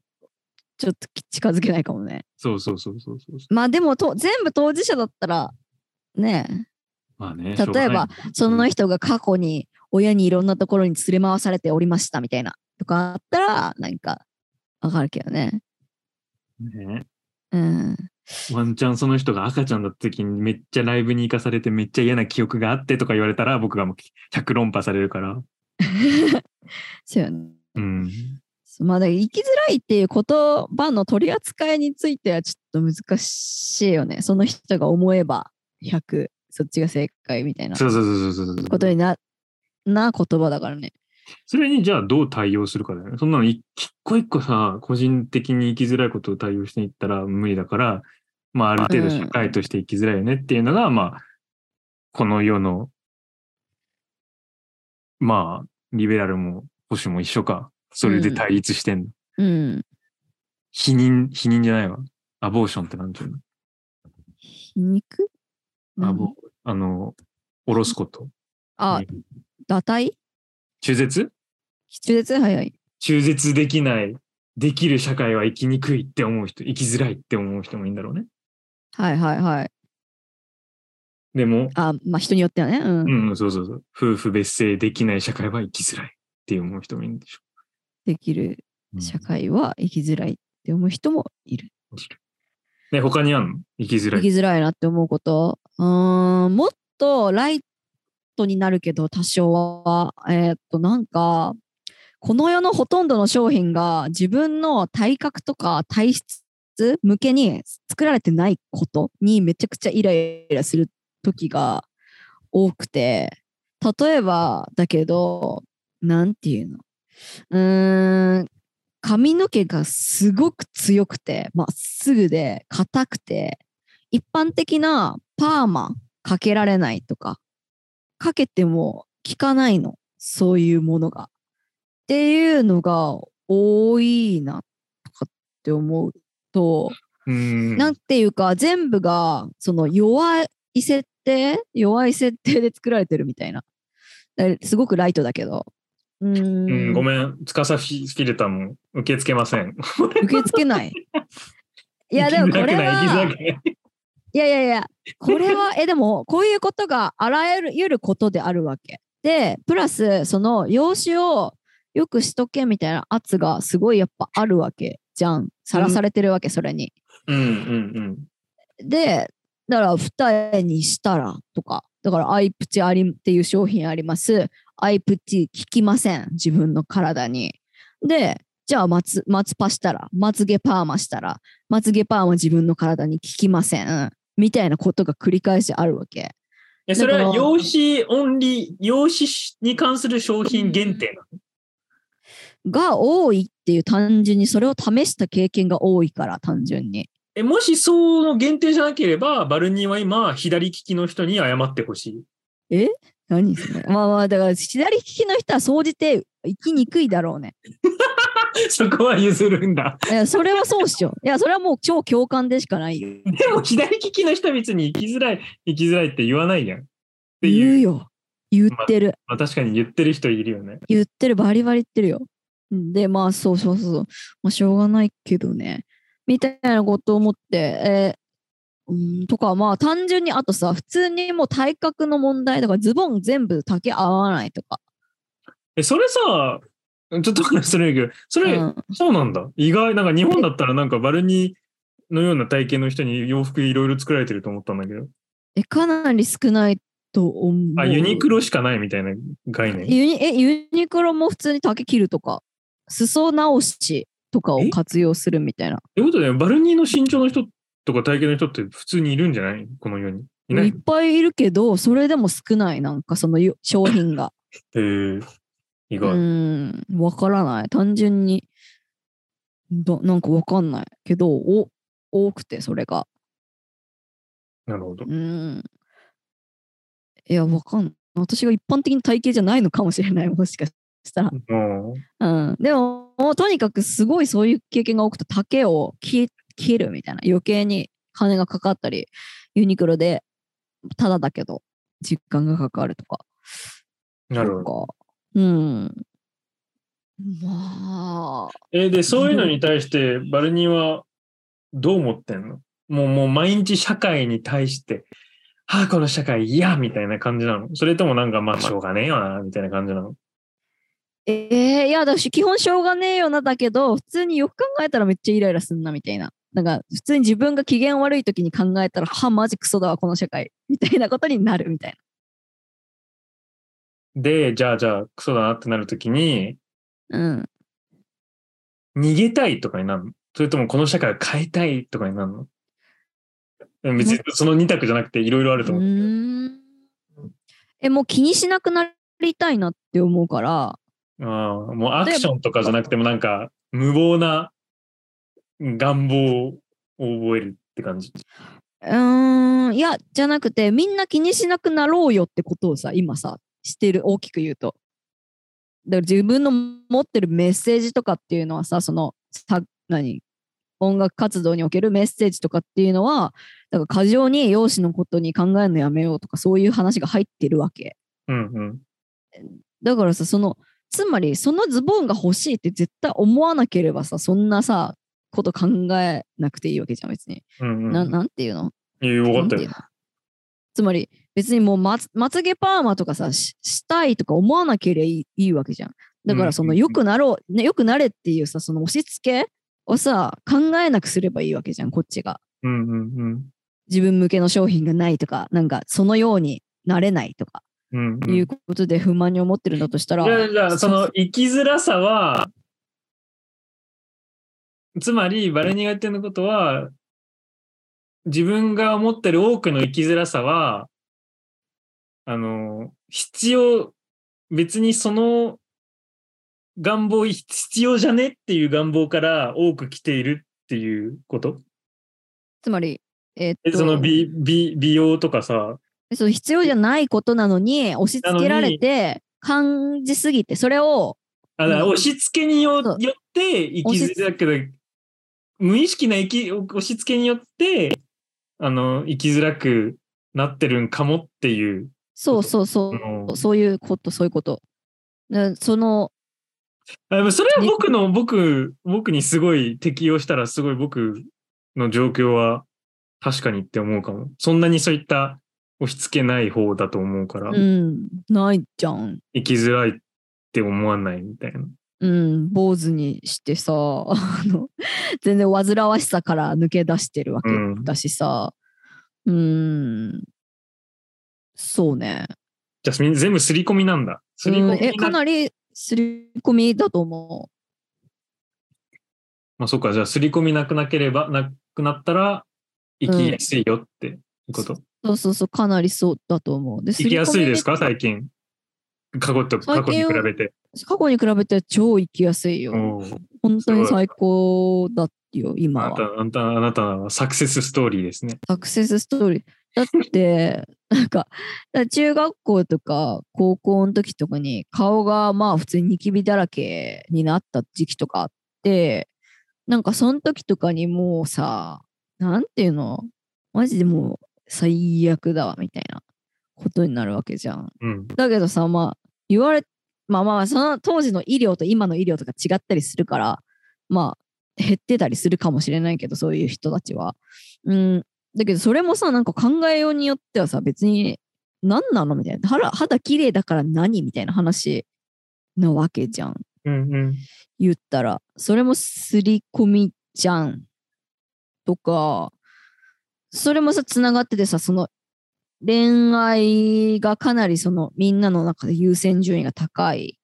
ちょっと近づけないかもね。
そうそうそうそうそう。
まあでもと、全部当事者だったら、ねえ
まあね。
例えば
しょうがない、
その人が過去に親にいろんなところに連れ回されておりましたみたいなとかあったら、なんか、わかるけどね。
ね。
うん。
ワンチャンその人が赤ちゃんだった時にめっちゃライブに行かされてめっちゃ嫌な記憶があってとか言われたら僕がもう100論破されるから。
そうよね。
うん。
そうまあ、だから生きづらいっていう言葉の取り扱いについてはちょっと難しいよね。その人が思えば100、そっちが正解みたいな
そうそうそうそうそうそう。
ことにな、な言葉だからね。
それにじゃあどう対応するかだよね。そんなの一一個一個さ、個人的に生きづらいことを対応していったら無理だから、まあある程度社会として生きづらいよねっていうのが、まあ、この世の、まあ、リベラルも保守も一緒か。それで対立してんの。
うん。
否認、否認じゃないわ。アボーションってなんていうの
皮肉
アボ、あの、おろすこと。
あ、堕胎
中絶
中絶早い。
中絶できない、できる社会は生きにくいって思う人、生きづらいって思う人もいいんだろうね。
はいはいはい。
でも、
あ、まあ人によってはね。うん
うん、そうそうそう。夫婦別姓できない社会は生きづらいって思う人もいるんでしょ
できる
う。
社会は生きづらいって思う人もいる。
ね、他にあんの生きづら
生き
い。
づらいなって思うこと。うーん、もっとライトになるけど、多少は。えーっと、なんか、この世のほとんどの商品が自分の体格とか体質向けに作られてないことにめちゃくちゃイライラする時が多くて例えばだけどなんていうのうーん髪の毛がすごく強くてまっすぐで硬くて一般的なパーマかけられないとかかけても効かないのそういうものが。っていうのが多いなとかって思うと、
うん
なんていうか全部がその弱い設定弱い設定で作られてるみたいなだすごくライトだけどうーん
うん、ごめん、つかさフィルターも受け付けません。
受け付け
[LAUGHS]
ないいやでもこれ
行きづら
は
くない
いやいやいやこれはえでもこういうことがあらゆるゆることであるわけでプラスその容姿をよくしとけみたいな圧がすごいやっぱあるわけじゃんさらされてるわけそれに、
うんうん
で、だから二重にしたらとか、だからアイプチありっていう商品あります。アイプチ効きません、自分の体に。で、じゃあまつ、まつパしたら、まつげパーマしたら、まつげパーマ自分の体に効きません、みたいなことが繰り返しあるわけ。
うん。それ
だ
は
から
用紙オンリー、用紙に関する商品限定な
が多いっていう単純にそれを試した経験が多いから、単純に。
えもしその限定じゃなければ、バルニーは今、左利きの人に謝ってほしい。 [LAUGHS]
何それまあまあ、だから左利きの人は総じて生きにくいだろうね。
そこは譲るんだ。
いや、それはそうっしょ。いや、それはもう超共感でしかないよ。
[LAUGHS] でも、左利きの人は別に行きづらい、行きづらいって言わないやん。っ
言
ていうう。
よ。言ってる。
まあ、確かに言ってる人いるよね。
言ってる。バリバリ言ってるよ。で、まあ、そうそうそうそう。まあ、しょうがないけどね。みたいなことを思って、えーうん、とか、まあ、単純に、あとさ、普通にもう体格の問題とか、ズボン全部丈合わないとか。
え、それさ、ちょっと話それるけど、それ、
うん
そうなんだ。意外、なんか日本だったらなんかバルニーのような体型の人に洋服いろいろ作られてると思ったんだけど。
え、かなり少ないと思う。
あ、ユニクロしかないみたいな概念。
ユニえユニクロも普通に丈切るとか、裾直しとかを活用するみたいな。
ということで、バルニーの身長の人とか体型の人って普通にいるんじゃないこの世に。いない
いっぱいいるけど、それでも少ない、なんかそのよ商品
[LAUGHS]
が。
へー意
う
外。
ん、わからない。単純に、どなんかわかんないけど、お多くて、それが。
なるほど。
うん。いや、わかんない。私が一般的な体型じゃないのかもしれない、も [LAUGHS] しかしたら。
うん
うん。でも、もうとにかくすごいそういう経験が多くて、丈を切切るみたいな、余計に金がかかったり、ユニクロで、ただだけど、時間がかかるとか。
なるほど。
ど。うん。まあ、
えーで、そういうのに対して、バルニーはどう思ってんのもう、もう毎日社会に対して、はあ、この社会嫌みたいな感じなのそれともなんか、まあ、しょうがねえよな、みたいな感じなの
ええいや、だし、基本しょうがねえよな、だけど、普通によく考えたらめっちゃイライラすんな、みたいな。なんか、普通に自分が機嫌悪い時に考えたら、は、マジクソだわ、この社会。みたいなことになる、みたい
で、じゃあ、じゃあ、クソだなってなるときに、
な。うん。
逃げたいとかになるのそれともこの社会を変えたいとかになるのでも別にその2択じゃなくていろいろあると思
う
う。
ーんえ、もう気にしなくなりたいなって思うから、
ああもうアクションとかじゃなくてもなんか無謀な願望を覚えるって感じ。
うーん、いや、じゃなくて、みんな気にしなくなろうよってことをさ、今さ、してる、大きく言うと。だから自分の持ってるメッセージとかっていうのはさ、その、さ何音楽活動におけるメッセージとかっていうのは、だから過剰に容姿のことに考えるのやめようとか、そういう話が入ってるわけ。
うんうん。
だからさ、その、つまり、そのズボンが欲しいって絶対思わなければさ、そんなさ、こと考えなくていいわけじゃん、別に。
うんう
な、
ん。
なんていうの
いやよか
な
っ
ん
た
ていう
よ
の。つまり別にもうまつまつげパーマとかさししたいとか思わなければいいいいわけじゃん。だからそ
うん
の
うんうん
良くなろう、ね、良くなれっていうさその押し付けをさ考えなくすればいいわけじゃんこっちが。
うんうんうん。
自分向けの商品がないとかなんかそのようになれないとか
うんうん
いうことで不満に思ってるんだとしたら、
じゃあ、じゃあその生きづらさは、つまり、バルニーが言ってることは、自分が思ってる多くの生きづらさは、あの、必要、別にその願望、必要じゃねっていう願望から多く来ているっていうこと
つまり、えーっ
え
と
その美美美容とかさ、
その必要じゃないことなのに押し付けられて感じすぎてそれを
あだから
うん
押し付けによ
そう
よって生きづらくな無意識な生き押し付けによってあの生きづらくなってるんかもっていう
そうそうそ
あの
うそういうことそういうことなその
あでもそれは僕の僕僕にすごい適用したらすごい僕の状況は確かにって思うかもそんなにそういった押し付けない方だと思うから、
うんないじゃん
生きづらいって思わないみたいな
うん坊主にしてさ [LAUGHS] あの全然煩わしさから抜け出してるわけ
うん
だしさうんそうね
じゃあみん全部刷り込みなんだ刷り込み
う
なん
えかなり刷り込みだと思
まあそうか、じゃあ、刷り込みなくなければ、なくなったら、行きやすいよっていうこと。
うそうそうそうかなりそうだと思うで
行きやすいです
刷り込み
か、最近。過去と、過
最
去に
近
比
は
べて。
過去に比べて超行きやすいよ。
おー
本当に最高だよ、今
あな
は。
た、あなた、あなたはサクセスストーリーですね。
サクセスストーリー。だって、 [LAUGHS] なんか、だから中学校とか高校の時とかに顔がまあ普通にニキビだらけになった時期とかあって、なんかその時とかにもうさ、なんていうのマジでもう最悪だわ、みたいなことになるわけじゃん。
うん。
だけどさ、まあ、言われ、まあまあまあ、その当時の医療と今の医療とか違ったりするから、まあ、減ってたりするかもしれないけど、そういう人たちは。うん。だけど、それもさ、なんか考えようによってはさ、別に、何なのみたいな。肌、肌綺麗だから何みたいな話なわけじゃん。
うんうん。
言ったら、それも刷り込みじゃん。とか、それもさ、つながっててさ、その、恋愛がかなりその、みんなの中で優先順位が高い。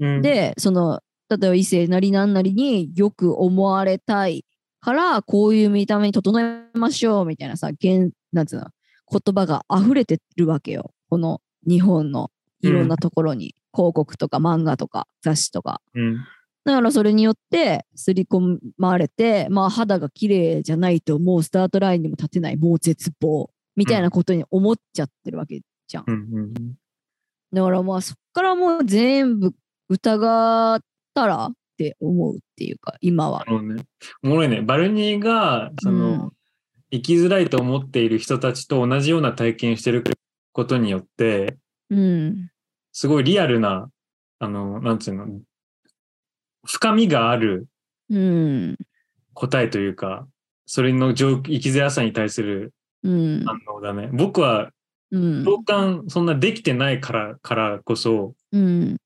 うん、
で、その、例えば異性なりなんなりによく思われたいから、こういう見た目に整えましょう、みたいなさ、現、なんつうの、言葉が溢れてるわけよ。この日本のいろんなところに、広告とか漫画とか雑誌とか。
うん。
だからそれによって刷り込まれて、まあ、肌が綺麗じゃないともうスタートラインにも立てないもう絶望みたいなことに思っちゃってるわけじゃん。
うんうん。
だからまあそっからもう全部疑ったらって思うっていうか今は
な。るほどね。おもろいね。バルニーが、その、
うん
生きづらいと思っている人たちと同じような体験してることによって、
うん。
すごいリアルな、あの、なんつうの、深みがある
うん。
答えというか、それの状生きづらさに対する
うん。
反応だね。僕は
うん。
共感そんなできてないからからこそ、
うん。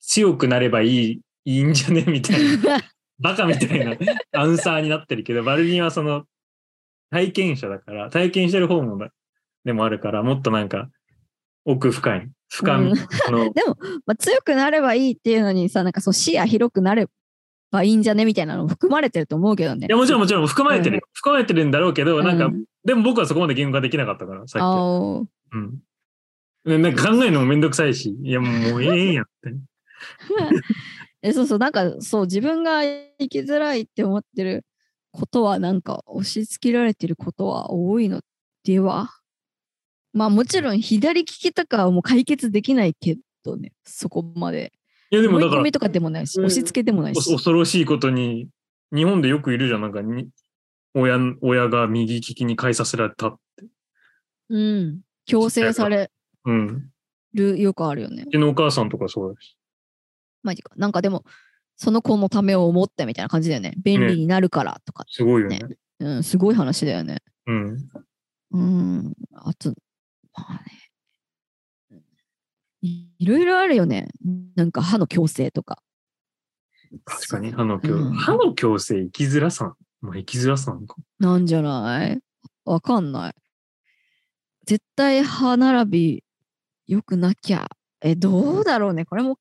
強くなればいい、いいんじゃ
[LAUGHS]
ねみたいな、バカみたいなアンサーになってるけど、バルニーはその体験者だから、体験してる方もだでもあるから、もっとなんか奥深い。深み、
うん
その、
まあ、強くなればいいっていうのにさなんかそう視野広くなればいいんじゃねみたいなのも含まれてると思うけどね。
いや、もちろんもちろん含まれてる、
うん
含まれてるんだろうけど、なんか、
う
でも僕はそこまで言語化できなかったから、さっき。
あー
うん。ねなんか考えるのもめんどくさいし、いやもうもうええんやって。
えそうそうなんかそう自分が生きづらいって思ってることはなんか押し付けられてることは多いのではまあもちろん左利きとかはもう解決できないけどねそこまで
いやでも
思い
だか
込
ら
み、とかでもないし
うん
押し付けでもない
お
し
恐ろしいことに、日本でよくいるじゃん、なんかに、親、親が右利きに変えさせられた。
うん強制され
うん。
るよくあるよね
うちのお母さんとかそうだし。
マジかなんかでもその子のためを思ってみたいな感じだよね便利になるからとか、
すごいよね。
うんすごい話だよね
うん。
うん、あと、まあね。いいろいろあるよね。なんか歯の矯正とか。
確かに、歯の矯正、
うん
歯の矯正、生きづらさ。まあ、生きづらさなんか。
なんじゃないわかんない。絶対歯並びよくなきゃ。え、どうだろうね。これも、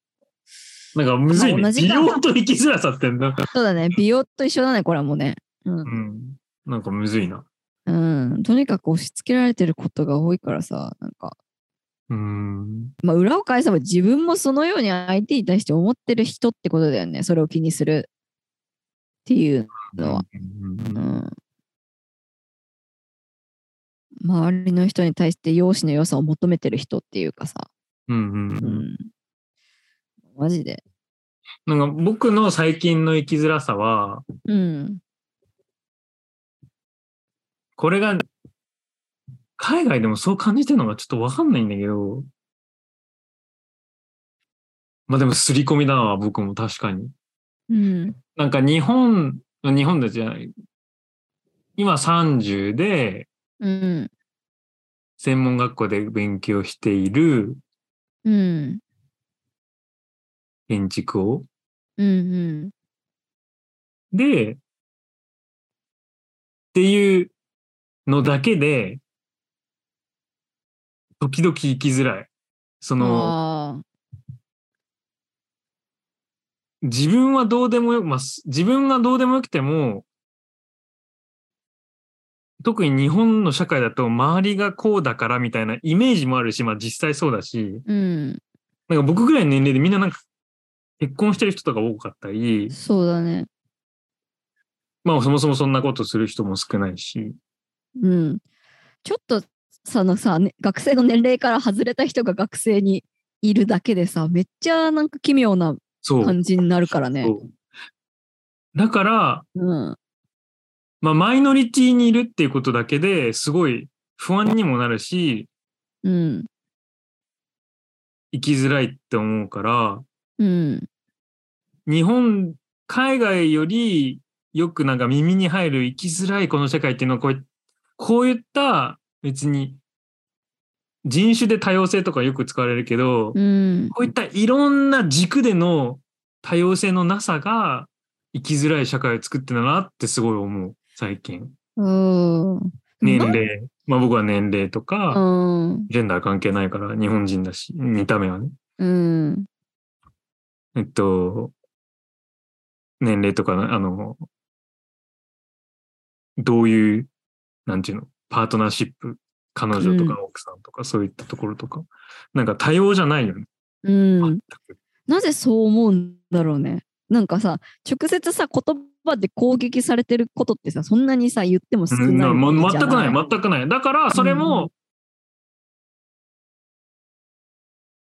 なんかむずいね。
まあ同じ
美
か
容と生きづらさってなんか、
そうだね。美容と一緒だね、これはもうね。うん
う。ん、なんかむずいな。
うん。とにかく押し付けられてることが多いからさ、なんか、
うーん。
まあ、裏を返せば自分もそのように相手に対して思ってる人ってことだよね。それを気にするっていうのは。
うん
う
う
んん。周りの人に対して容姿の良さを求めてる人っていうかさ。
う
う
んうん
ん。マジで。
なんか僕の最近の生きづらさは、
うん。
これが、海外でもそう感じてるのがちょっとわかんないんだけど、まあでも刷り込みだわ、僕も確かに。
うん。
なんか日本、日本でじゃない、今30で
うん。
専門学校で勉強している
うん。
建築を。
うん。うん。
で、っていうのだけで、時々生きづらい。その、
ああ。
自分はどうでもよく、まあ、す自分がどうでもよくても、特に日本の社会だと周りがこうだからみたいなイメージもあるし、まあ実際そうだし、
うん。
なんか僕ぐらいの年齢でみんななんか結婚してる人とか多かったり、
そうだね。
まあそもそもそんなことする人も少ないし、
うん。ちょっとそのさ、ね、学生の年齢から外れた人が学生にいるだけでさ、めっちゃなんか奇妙な
そう。
感じになるからね
そ。うだから、
うん。
まあマイノリティにいるっていうことだけですごい不安にもなるし、
うん。
生きづらいって思うから、
うん。
日本、海外よりよくなんか耳に入る生きづらいこの社会っていうのはこう、こういった別に人種で多様性とかよく使われるけど、
うん。
こういったいろんな軸での多様性のなさが生きづらい社会を作ってるなってすごい思う、最近。
うん。
年
な
齢。まあ僕は年齢とか、
うん。
ジェンダー関係ないから、日本人だし、見た目はね。
うん。
えっと、年齢とかの、あの、どういう、なんていうの、パートナーシップ、彼女とか奥さんとか、そういったところとか、なんか多様じゃないよね。
うん。
全く
なぜそう思うんだろうね。なんかさ、直接さ、言葉で攻撃されてることってさ、そんなにさ、言っても少
うん
ないこ
ま
とじゃ
全くない、全くない。だから、それも、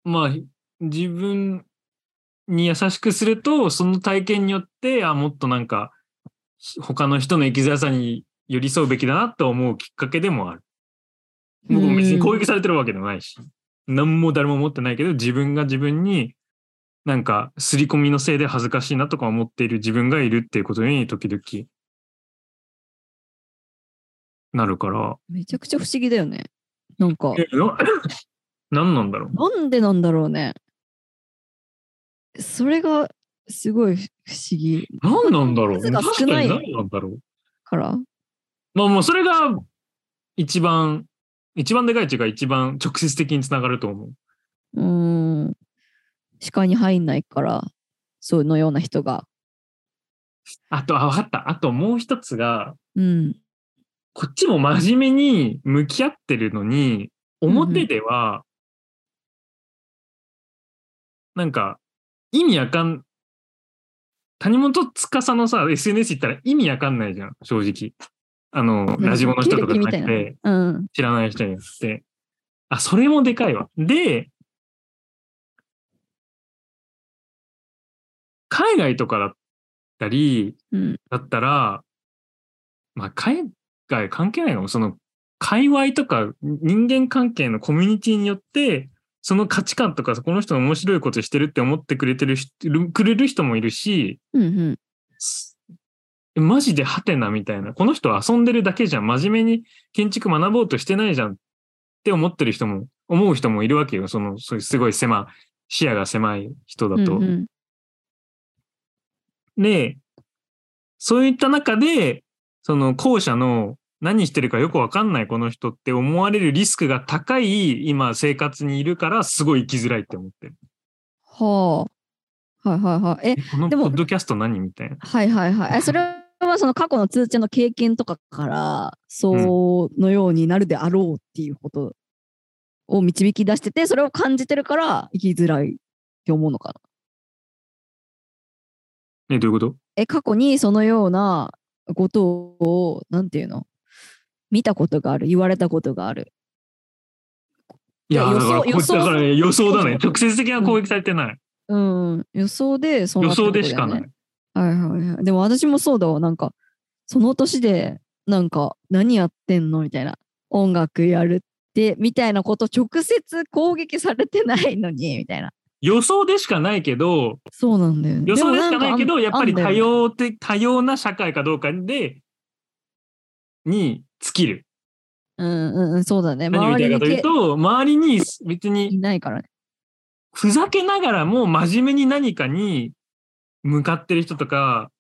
まあ、自分に優しくすると、その体験によって、あ、もっとなんか、他の人の生きづらさに寄り添うべきだなと思うきっかけでもある。僕も別に攻撃されてるわけでもないし、何も誰も思ってないけど、自分が自分に、なんか、刷り込みのせいで恥ずかしいなとか思っている自分がいるっていうことに時々なるから、
めちゃくちゃ不思議だよね。なんか。
えな [COUGHS] 何なんだろう。
なんでなんだろうね。それがすごい不思議
何なんだろう。
数が少
確か
ない
に何なんだろう。
から。
まあもうそれが一番、一番でかいっていうか一番直接的につながると思う。
うーん。視界に入んないから、そのような人が。
あと、あ、わかった。あともう一つが、
うん。
こっちも真面目に向き合ってるのに、表では、なんか、意味わかん、谷本司のさ、SNS 行ったら意味わかんないじゃん、正直。あの、ラジオの人とかじゃな
経歴み
くて。
うん。
知らない人によって。あ、それもでかいわ。で、海外とかだったり、
うん。
だったら、まあ、海外関係ないかも。その、界隈とか人間関係のコミュニティによって、その価値観とか、この人の面白いことしてるって思ってくれてる人、くれる人もいるし、
うん。うん。
すえマジでハテナみたいな。この人は遊んでるだけじゃん。真面目に建築学ぼうとしてないじゃんって思ってる人も、思う人もいるわけよ。その、そういうすごい狭い、視野が狭い人だと。
うんうん
で、そういった中で、その後者の何してるかよくわかんないこの人って思われるリスクが高い今生活にいるからすごい生きづらいって思ってる。
はあ。はいはいはい。え、
えこの
で
ポ
も
ッドキャスト何みたいな。
はいはいはい。えそれはその過去の通知の経験とかから、そうのようになるであろうっていうことを導き出してて、それを感じてるから生きづらいって思うのかな。
え、どういうこと
え、過去にそのようなことを、なんていうの見たことがある、言われたことがある。
いや、
いや
だからこ
予想
だから予想だね。
予想
直接的な攻撃されてない。
うん、予想でそうな
予
った
想
ことだ
で
よね
しかない。
はいはいはい。でも私もそうだわ。なんか、その年で、なんか、何やってんのみたいな。音楽やるって、みたいなこと直接攻撃されてないのに、みたいな。
予想でしかないけど、
そうなんだよね。
予想でしかないけど、
で
や
も
っ
んかあん
ぱり多。
あんだよね
様的、多様な社会かどうかで、に尽きる。
うんうんうん、そうだね。
何を
周
言い
り
たいか
に
という
け
と、周りに別
い
に
ないからね。
ふざけながらも真面目に何かに向かってる人とか、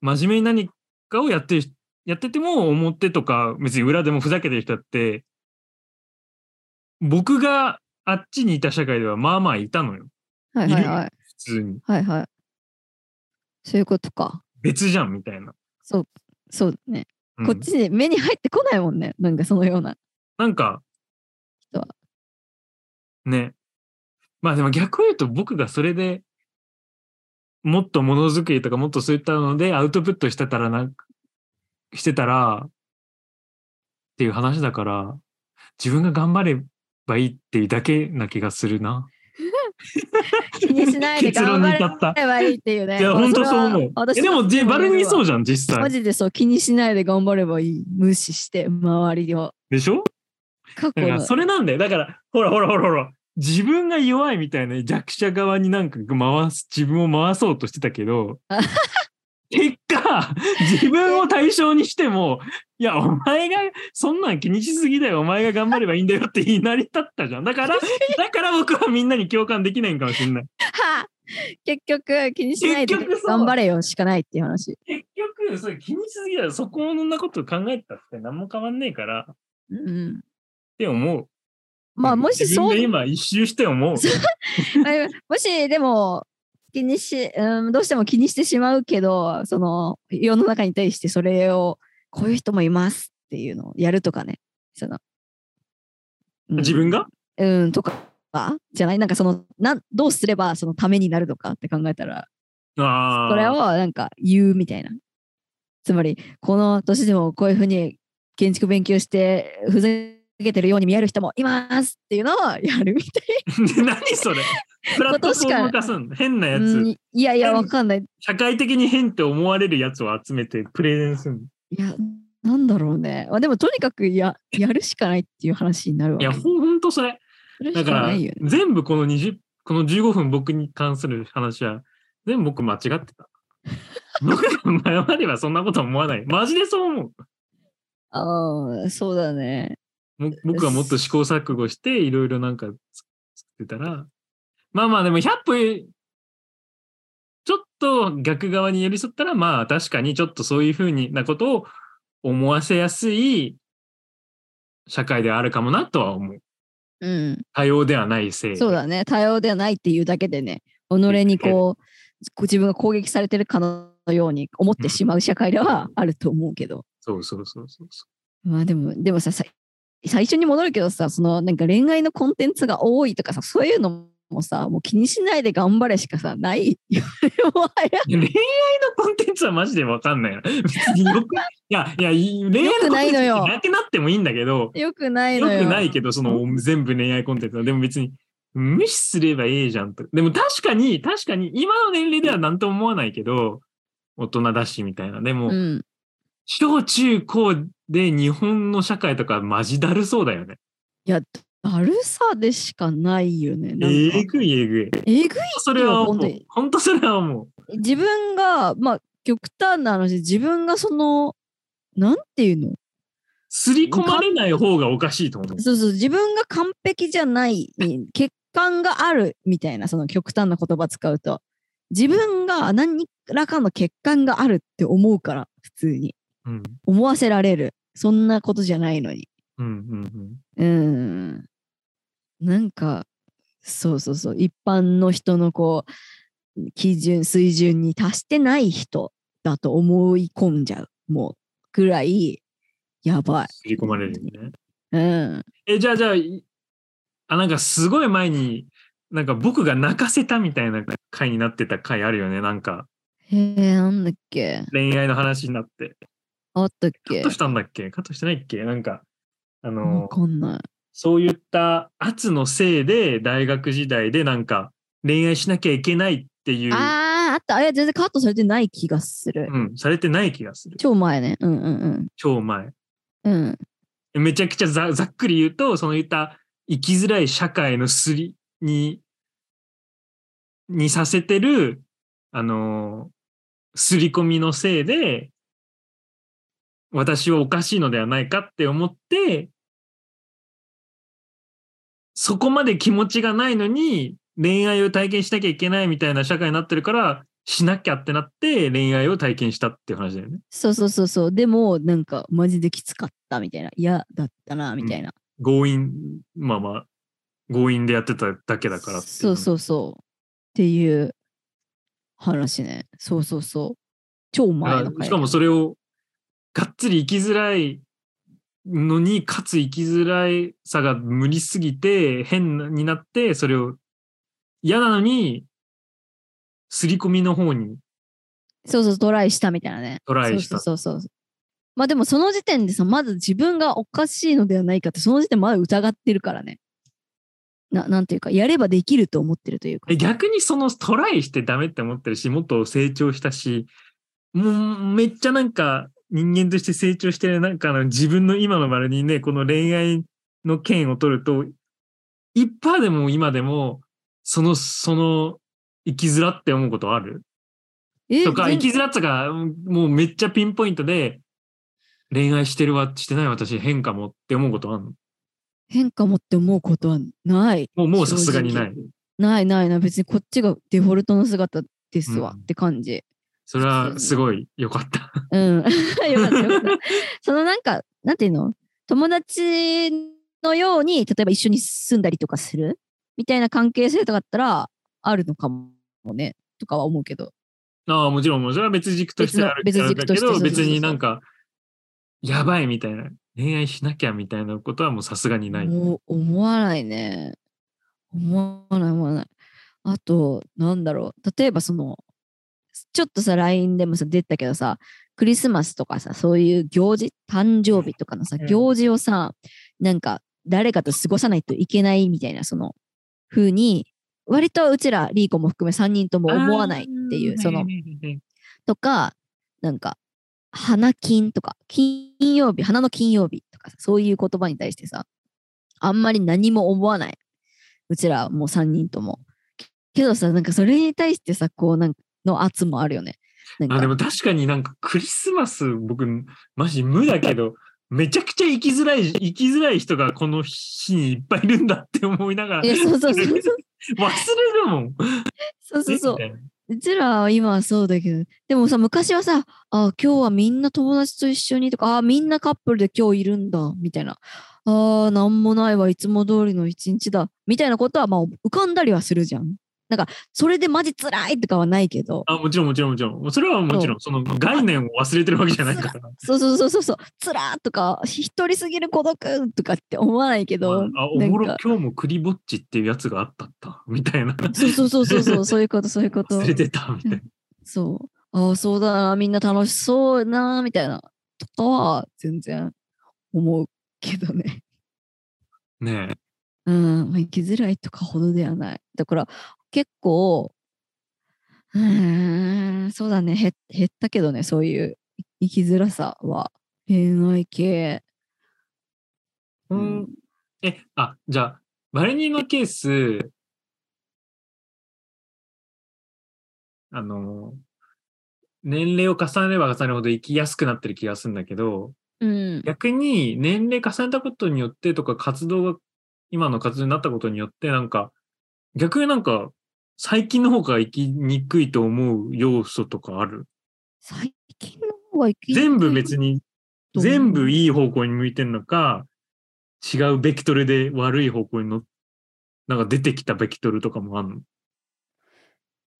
真面目に何かをやってる人、やってても表とか別に裏でもふざけてる人だって、僕があっちにいた社会ではまあまあいたのよ。
はいはいはい。
普通に。
はいはい。そういうことか。
別じゃんみたいな。
そう、そうだね。
うん
こっちに目に入ってこないもんね。なんかそのような。
なんか、
人は
ね。まあでも逆を言うと僕がそれでもっとものづくりとかもっとそういったのでアウトプットしてたらな、してたらっていう話だから自分が頑張ればいいっていうだけな気がするな。
気にしないで
結論
頑張
に
れ
至った。
ばいいっていうね。
いや、本当そう思う。
私
えでも、じバルニーそう
う
じゃん、実
マ
際。
ジでそう、気にしないで頑張ればいい。無視して、周りを。
でしょ
過去
だから
の。
それなんだよ。だから、ほらほらほらほら、自分が弱いみたいな弱者側になんか回す、自分を回そうとしてたけ [LAUGHS] ど、結果、自分を対象にしても、いや、お前が、そんなん気にしすぎだよ、お前が頑張ればいいんだよって言いなり立ったじゃん。だから、 [LAUGHS] だから僕はみんなに共感できないんかもしれない。
はあ結局、気にしないで
結局そう
頑張れよしかないっていう話。
結局、それ気にしすぎだよ、そこのなこと考えたって何も変わんねえから、っ
うん、
て思う。
まあ、もしそう
自分が今一周して思
あ
う。
[LAUGHS] もしでも気にし、うん、どうしても気にしてしまうけどその世の中に対してそれをこういう人もいますっていうのをやるとかねその、うん
[LAUGHS] 自分が
うんとかじゃないなんかそのなんどうすればそのためになるのかって考えたら
ああ。
それをなんか言うみたいなつまりこの年でもこういうふうに建築勉強してふざけてるように見える人もいますっていうのをやるみたいな。
[LAUGHS] 何それプラットフォーム化すんの変なやつ、
うんいやいや
変
わかんない
社会的に変って思われるやつを集めてプレゼンする
いや、なんだろうね。まあ、でも、とにかくややるしかないっていう話になるわ
い
け。
やほんとそれ
やる
だ
し
か
からないよね。
全部この20この15分僕に関する話は全部僕間違って
[LAUGHS]
た僕が前まではそんなこと思わないマジでそう思う
ああ、そうだね。
も僕はもっと試行錯誤していろいろなんか作ってたらまあまあでも100歩ちょっと逆側に寄り添ったらまあ確かにちょっとそういうふうになことを思わせやすい社会ではあるかもなとは思う
うん。
多様ではないせい
そうだね。多様ではないっていうだけでね、己にこう、こう自分が攻撃されてるかのように思ってしまう社会ではあると思うけど。
そうそうそうそうそ
まあでも、でもさ、さ最初に戻るけどさ、そのなんか恋愛のコンテンツが多いとかさ、そういうのもさ、もう気にしないで頑張れしかさ、ない。 [LAUGHS] もはや
ういや恋愛のコンテンツはマジでわかんないな別によくいやいやいい恋愛のコンテンツじゃなくなってもいいんだけど
良くない
よ
のよ。
くないけど、その全部恋愛コンテンツは。でも別に、無視すればいいじゃんと。でも確かに、確かに、今の年齢では何とも思わないけど、大人だしみたいな。でも、
うん。
小中高で日本の社会とかマジだるそうだよね。
いや、だるさでしかないよね。なん
え
か
ぐいえぐい。
えぐい
それは
本当
もう
に、
本当それはもう、
自分が、まあ、極端な話、自分がその、なんていうの
すり込まれない方がおかしいと思う。
そうそう、自分が完璧じゃない、欠陥があるみたいな、その極端な言葉使うと。自分が何らかの欠陥があるって思うから、普通に。
うん、
思わせられる。そんなことじゃないのに。
うんうん
うん。なんか、そうそうそう、一般の人のこう、基準、水準に達してない人だと思い込んじゃう、もう、ぐらい、やばい。
刷り込まれるよね。
うん。
え、じゃあじゃあ、いあ、なんかすごい前に、なんか僕が泣かせたみたいな回になってた回あるよね。なんか
へえ、なんだっけ
恋愛の話になって。
あったっ
カッ
け
トしたんだっけカットしてないっけなんか、あの
わ、かんない。
そういった圧のせいで大学時代でなんか恋愛しなきゃいけないっていう、
あー、あった。あれ、全然カットされてない気がする。
うん、されてない気がする。
超前ね。うんうん
超前。
うん。うん。
めちゃくちゃざざっくり言うと、そのいった生きづらい社会のすりに、にさせてる、あのー、すり込みのせいで、私はおかしいのではないかって思って、そこまで気持ちがないのに、恋愛を体験しなきゃいけないみたいな社会になってるから、しなきゃってなって恋愛を体験したっていう話だよね。
そうそうそうそう。でも、なんか、マジできつかったみたいな。嫌だったな、みたいな。
強引、まあまあ、強引でやってただけだからってい
そうそうそう。っていう話ね。そうそうそう。超前の
あ
回。
しかもそれをがっつり生きづらいのにかつ生きづらいさが無理すぎて変になってそれを嫌なのに刷り込みの方に
そうそう、トライしたみたいなね。
トライした
そうそうそうそう。まあでもその時点でさ、まず自分がおかしいのではないかって、その時点まだ疑ってるからね。ななんていうか、やればできると思ってるというか
え。逆にそのトライしてダメって思ってるしもっと成長したしもうめっちゃなんか人間として成長してるなんかあの自分の今の丸にねこの恋愛の件を取ると一パーでも今でもそのその生きづらって思うことある
え
とか
全
生きづらさがもうめっちゃピンポイントで恋愛してるわしてない私変かもって思うことあるの
変化もって思うことはない。
もうもうさすがにない。
ないないない。別にこっちがデフォルトの姿ですわ、
うん
って感じ。
それはすごい良かった。
うん。 [LAUGHS] よかったよかった。そのなんか、なんていうの友達のように、例えば一緒に住んだりとかするみたいな関係性とかだったら、あるのかもね、とかは思うけど。
ああ、もちろん、もちろん別軸としてある
別の
あるんだけど、
別軸としてそうそうそうそう
別になんか、やばいみたいな、恋愛しなきゃみたいなことはもうさすがにない。
もう思わないね。思わない思わない。あと、なんだろう。例えばその、ちょっとさ、LINE でもさ、出たけどさ、クリスマスとかさ、そういう行事、誕生日とかのさ、
うん
行事をさ、なんか誰かと過ごさないといけないみたいな、その、風に、割とうちら、リーコも含め3人とも思わないってい
あ
う、
ー
その
はい、はいはい
とか、なんか、花金とか、金曜日、花の金曜日とかさ、そういう言葉に対してさ、あんまり何も思わない。うちらもう3人とも。けどさ、なんかそれに対してさ、こう、なんか、の圧もあるよね。なん
あ、で
か、
も確かになんかクリスマス、僕、マジ無だけど、めちゃくちゃ生きづらい、生きづらい人がこの日にいっぱいいるんだって思いながら、忘
え、
れ
そうそうそう
[LAUGHS]
そう。
るもん。
そうそうそう
え。みたいな
うちらは今はそうだけど、でもさ、昔はさ、あ今日はみんな友達と一緒にとか、あみんなカップルで今日いるんだ、みたいな。ああ、なんもないわ、いつも通りの一日だ、みたいなことは、まあ、浮かんだりはするじゃん。なんか、それでマジ辛いとかはないけど、
あ、もちろんもちろんもちろん。それはもちろん、その概念を忘れてるわけじゃないから。
そうそうそうそうそう、辛とか、ひ一人すぎる孤独とかって思わないけど、
あ、おも
な
ろ
ん、か
今日もクリぼっちっていうやつがあったった、みたいな。
そうそうそうそうそう、そういうこと、そういうこと
忘。れてた、みたいな。
そう。ああ、そうだな、みんな楽しそうな、みたいな、とかは、全然思うけどね。 [LAUGHS]
ね
うん、まあ生きづらいとかほどではない。だから結構、うーん、そうだね、へ減ったけどね、そういう生きづらさは。恋愛系。
え。
うん
え、あ、じゃあ、バレニーのケース、あの、年齢を重ねれば重ねるほど生きやすくなってる気がするんだけど、
うん。
逆に年齢重ねたことによってとか活動が今の活動になったことによってなんか逆になんか最近の方が生きにくいと思う要素とかある
最近の方が生き
全部別に
どう
全部いい方向に向いてるのか、違うベクトルで悪い方向にの、なんか出てきたベクトルとかもあるの。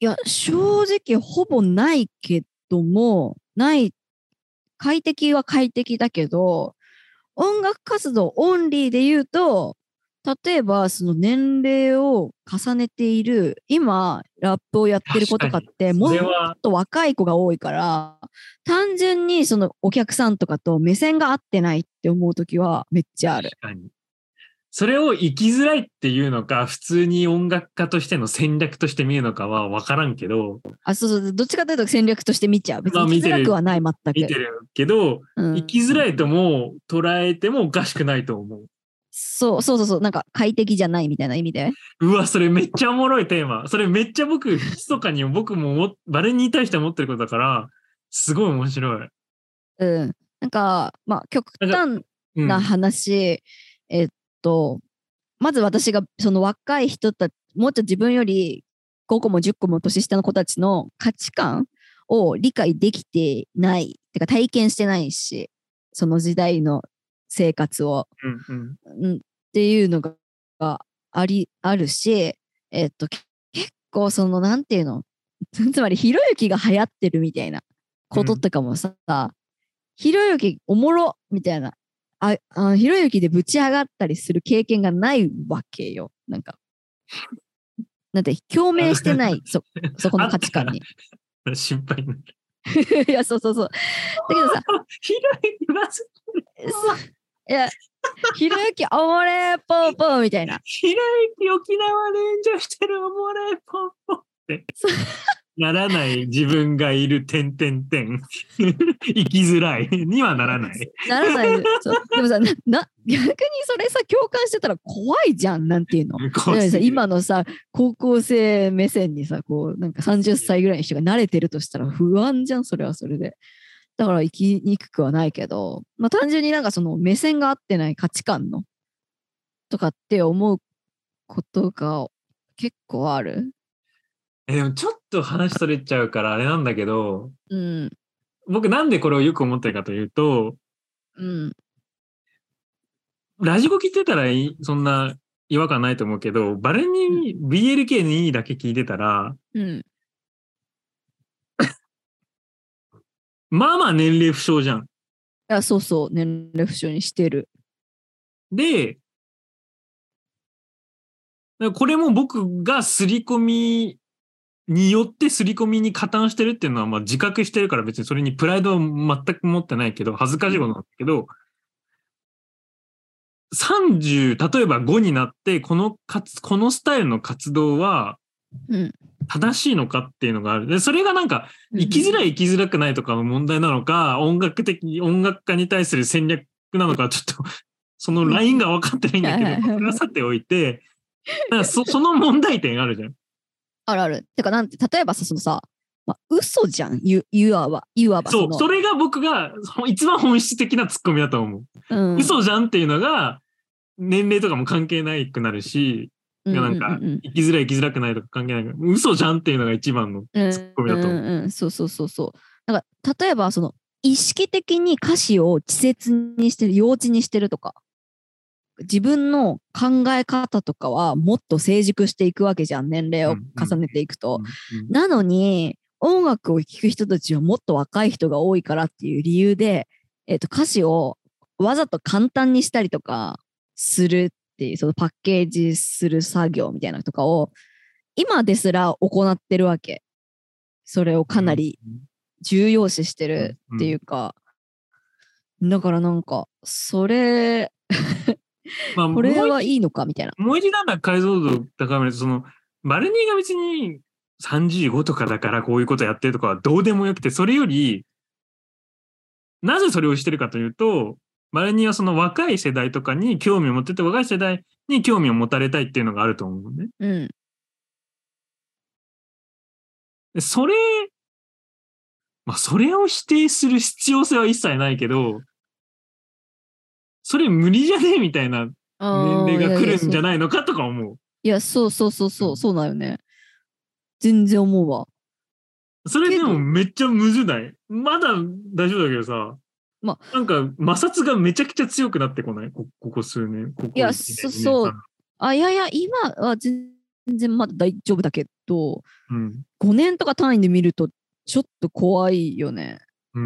いや、正直ほぼないけども、ない、快適は快適だけど、音楽活動オンリーで言うと、例えばその年齢を重ねている、今ラップをやってる子とかって、も
そ
っ
れは
と若い子が多いから、単純にそのお客さんとかと目線が合ってないって思うときはめっちゃある。
確かに。それを生きづらいっていうのか、普通に音楽家としての戦略として見るのかは分からんけど、
あ、そうそう、どっちかというと戦略として見ちゃう。別
まあ
に
見
見
て
づ
る
らくはない、全く。
見てるけど、
うん
生きづらいとも捉えてもおかしくないと思う。
そうそうそうそう、なんか快適じゃないみたいな意味で。
うわ、それめっちゃおもろいテーマ。それめっちゃ僕、密かに僕も思っ誰に対して思ってることだから、すごい面白い。
うん。なんか、まあ、極端
うん、
な話、えっと、まず私がその若い人たち、もうちょっと自分より5個も10個も年下の子たちの価値観を理解できてない、てか体験してないし、その時代の生活を。
うんうん
うんっていうのががありあるし、えっと、け結構そのなんていうの [LAUGHS] つまりひろゆきが流行ってるみたいなこととかもさ、ひろゆきおもろみたいなああひろゆきでぶち上がったりする経験がないわけよなんか。なんて共鳴してないそそこの価値観に。
心配になる。
[LAUGHS] いやそうそうそう。だけどさ
ひどい、まず、
いやひろゆきおもれーぽーぽーみたいな。
ひろゆき沖縄で炎上してるおもろいポンポンって。ならない自分がいる点点点。生きづらいにはならない。
ならないでそうでもさな [LAUGHS] な逆にそれさ共感してたら怖いじゃんなんていうの。だからさ今のさ高校生目線にさこうなんか30歳ぐらいの人が慣れてるとしたら不安じゃんそれはそれで。だから生きにくくはないけど、まあ、単純になんかその目線が合ってない価値観のとかって思うことが結構ある。
えでもちょっと話それちゃうからあれなんだけど、
うん
僕なんでこれをよく思ってるかというと、
うん
ラジコ聞いてたらいそんな違和感ないと思うけど、バレに BLK にだけ聞いてたら、
うん。
まあまあ年齢不詳じゃん。
いやそうそう年齢不詳にしてる。
で、これも僕が刷り込みによって刷り込みに加担してるっていうのはまあ自覚してるから別にそれにプライドは全く持ってないけど、恥ずかしいことなんだけど、30、例えば5になって、このかつ、このスタイルの活動は
うん、
正しいのかっていうのがある。で、それがなんか、生きづらい生きづらくないとかの問題なのか、音楽的、音楽家に対する戦略なのか、ちょっと、 [LAUGHS] そのラインが分かってないんだ
はい
け
はいは
ど、
い
それはさておいて、なんか
[LAUGHS]
そその問題点あるじゃん。
あるある。てか、なんて、例えばさ、そのさ、まあ、嘘じゃん、ゆ、ゆわは、ゆわば
そ
の
う、それが僕がほ一番本質的なツッコミだと思う。
うん、
嘘じゃんっていうのが、年齢とかも関係ないくなるし、
うんう
なんか
んうん
生きづらい生きづらくないとか関係ないから、嘘じゃんっていうのが一番の。
うん
ツッコミだと思う
うんうんうんそうそうそうそう。なんか、例えば、その、意識的に歌詞を稚拙にしてる、幼稚にしてるとか、自分の考え方とかはもっと成熟していくわけじゃん、年齢を重ねていくと。
うん
なのに、音楽を聴く人たちはもっと若い人が多いからっていう理由で、えっと歌詞をわざと簡単にしたりとかするっていう、そのパッケージする作業みたいなのとかを、今ですら行ってるわけ。それをかなり重要視してるっていうか、だからなんか、それ、
まあ
これはいいのかみたいな。
もう一段落解像度高めると、その、バルニーが別に35とかだからこういうことやってるとかはどうでもよくて、それより、なぜそれをしてるかというと、バルニーはその若い世代とかに興味を持ってて、若い世代に興味を持たれたいっていうのがあると思うのね。
うん。
でそれ、まあ、それを否定する必要性は一切ないけど、それ無理じゃねえみたいな年齢が来るんじゃ
ない
ないのかとか思う。
いや、そうそうそうそうう、
ん
そうだよね。全然思うわ。
それで
け
も
ど
めっちゃむずないまだ大丈夫だけどさ、なんか摩擦がめちゃくちゃ強くなってこないこここ数年。ここ
いや
1年
そそう。あ、いやいや、今は全然まだ大丈夫だけど、
2年
5年とか単位で見ると、ちょっと怖いよね。
うん。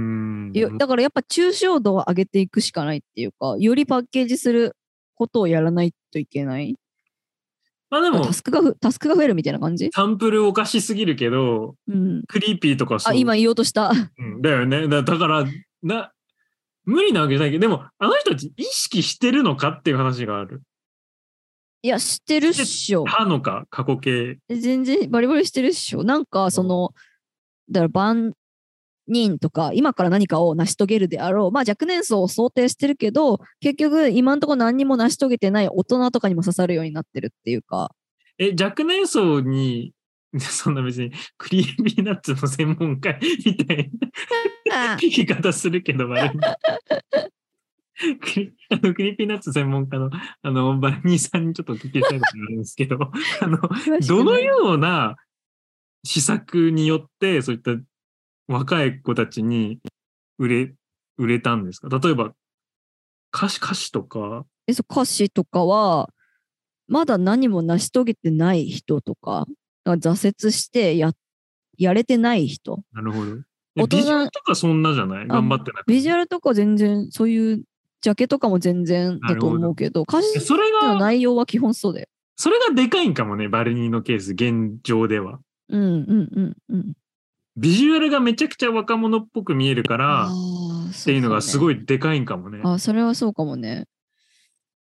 うん。
いやだからやっぱ抽象度を上げていくしかないっていうか、よりパッケージすることをやらないといけない。
まあでも
タ、スクがふ、タスクが増えるみたいな感じ
サンプルおかしすぎるけど、
うん。
クリーピーとかそう
あ、今言おうとした。
うんだよね。だだから、な、無理なわけじゃないけど、でも、あの人たち意識してるのかっていう話がある。
いや、知ってるっしょ。
はのか、過去形。
全然バリバリしてるっしょ。なんか、その、だから万人とか、今から何かを成し遂げるであろう。まあ若年層を想定してるけど、結局今んとこ何にも成し遂げてない大人とかにも刺さるようになってるっていうか。
え、若年層に、 [LAUGHS] そんな別に、クリーピーナッツの専門家みたいな言い方するけど、悪いクリあのクリーピーナッツ専門家のあのバラニーさんにちょっとお聞きしたいことがあるんで
[LAUGHS]
すけど、あのどの
う
ような施策によって、そういった若い子たちに売れ、売れたんですか例えば、歌詞、歌詞とか、
えそう歌詞とかは、まだ何も成し遂げてない人とか、だから挫折してややれてない人。
なるほど。
大人
えビジュアルとかそんなじゃない頑張ってなくて
ビジュアルとか全然、そういうジャケとかも全然だと思うけど、歌
え
詞
それ
の
が、
内容は基本そうだよ。
それがでかいんかもね、バルニーのケース、現状では。
うんうんうんうん。
ビジュアルがめちゃくちゃ若者っぽく見えるから、っ
あって
いうのがすご
い。
いでかいんかもね。
あそれはそうかもね。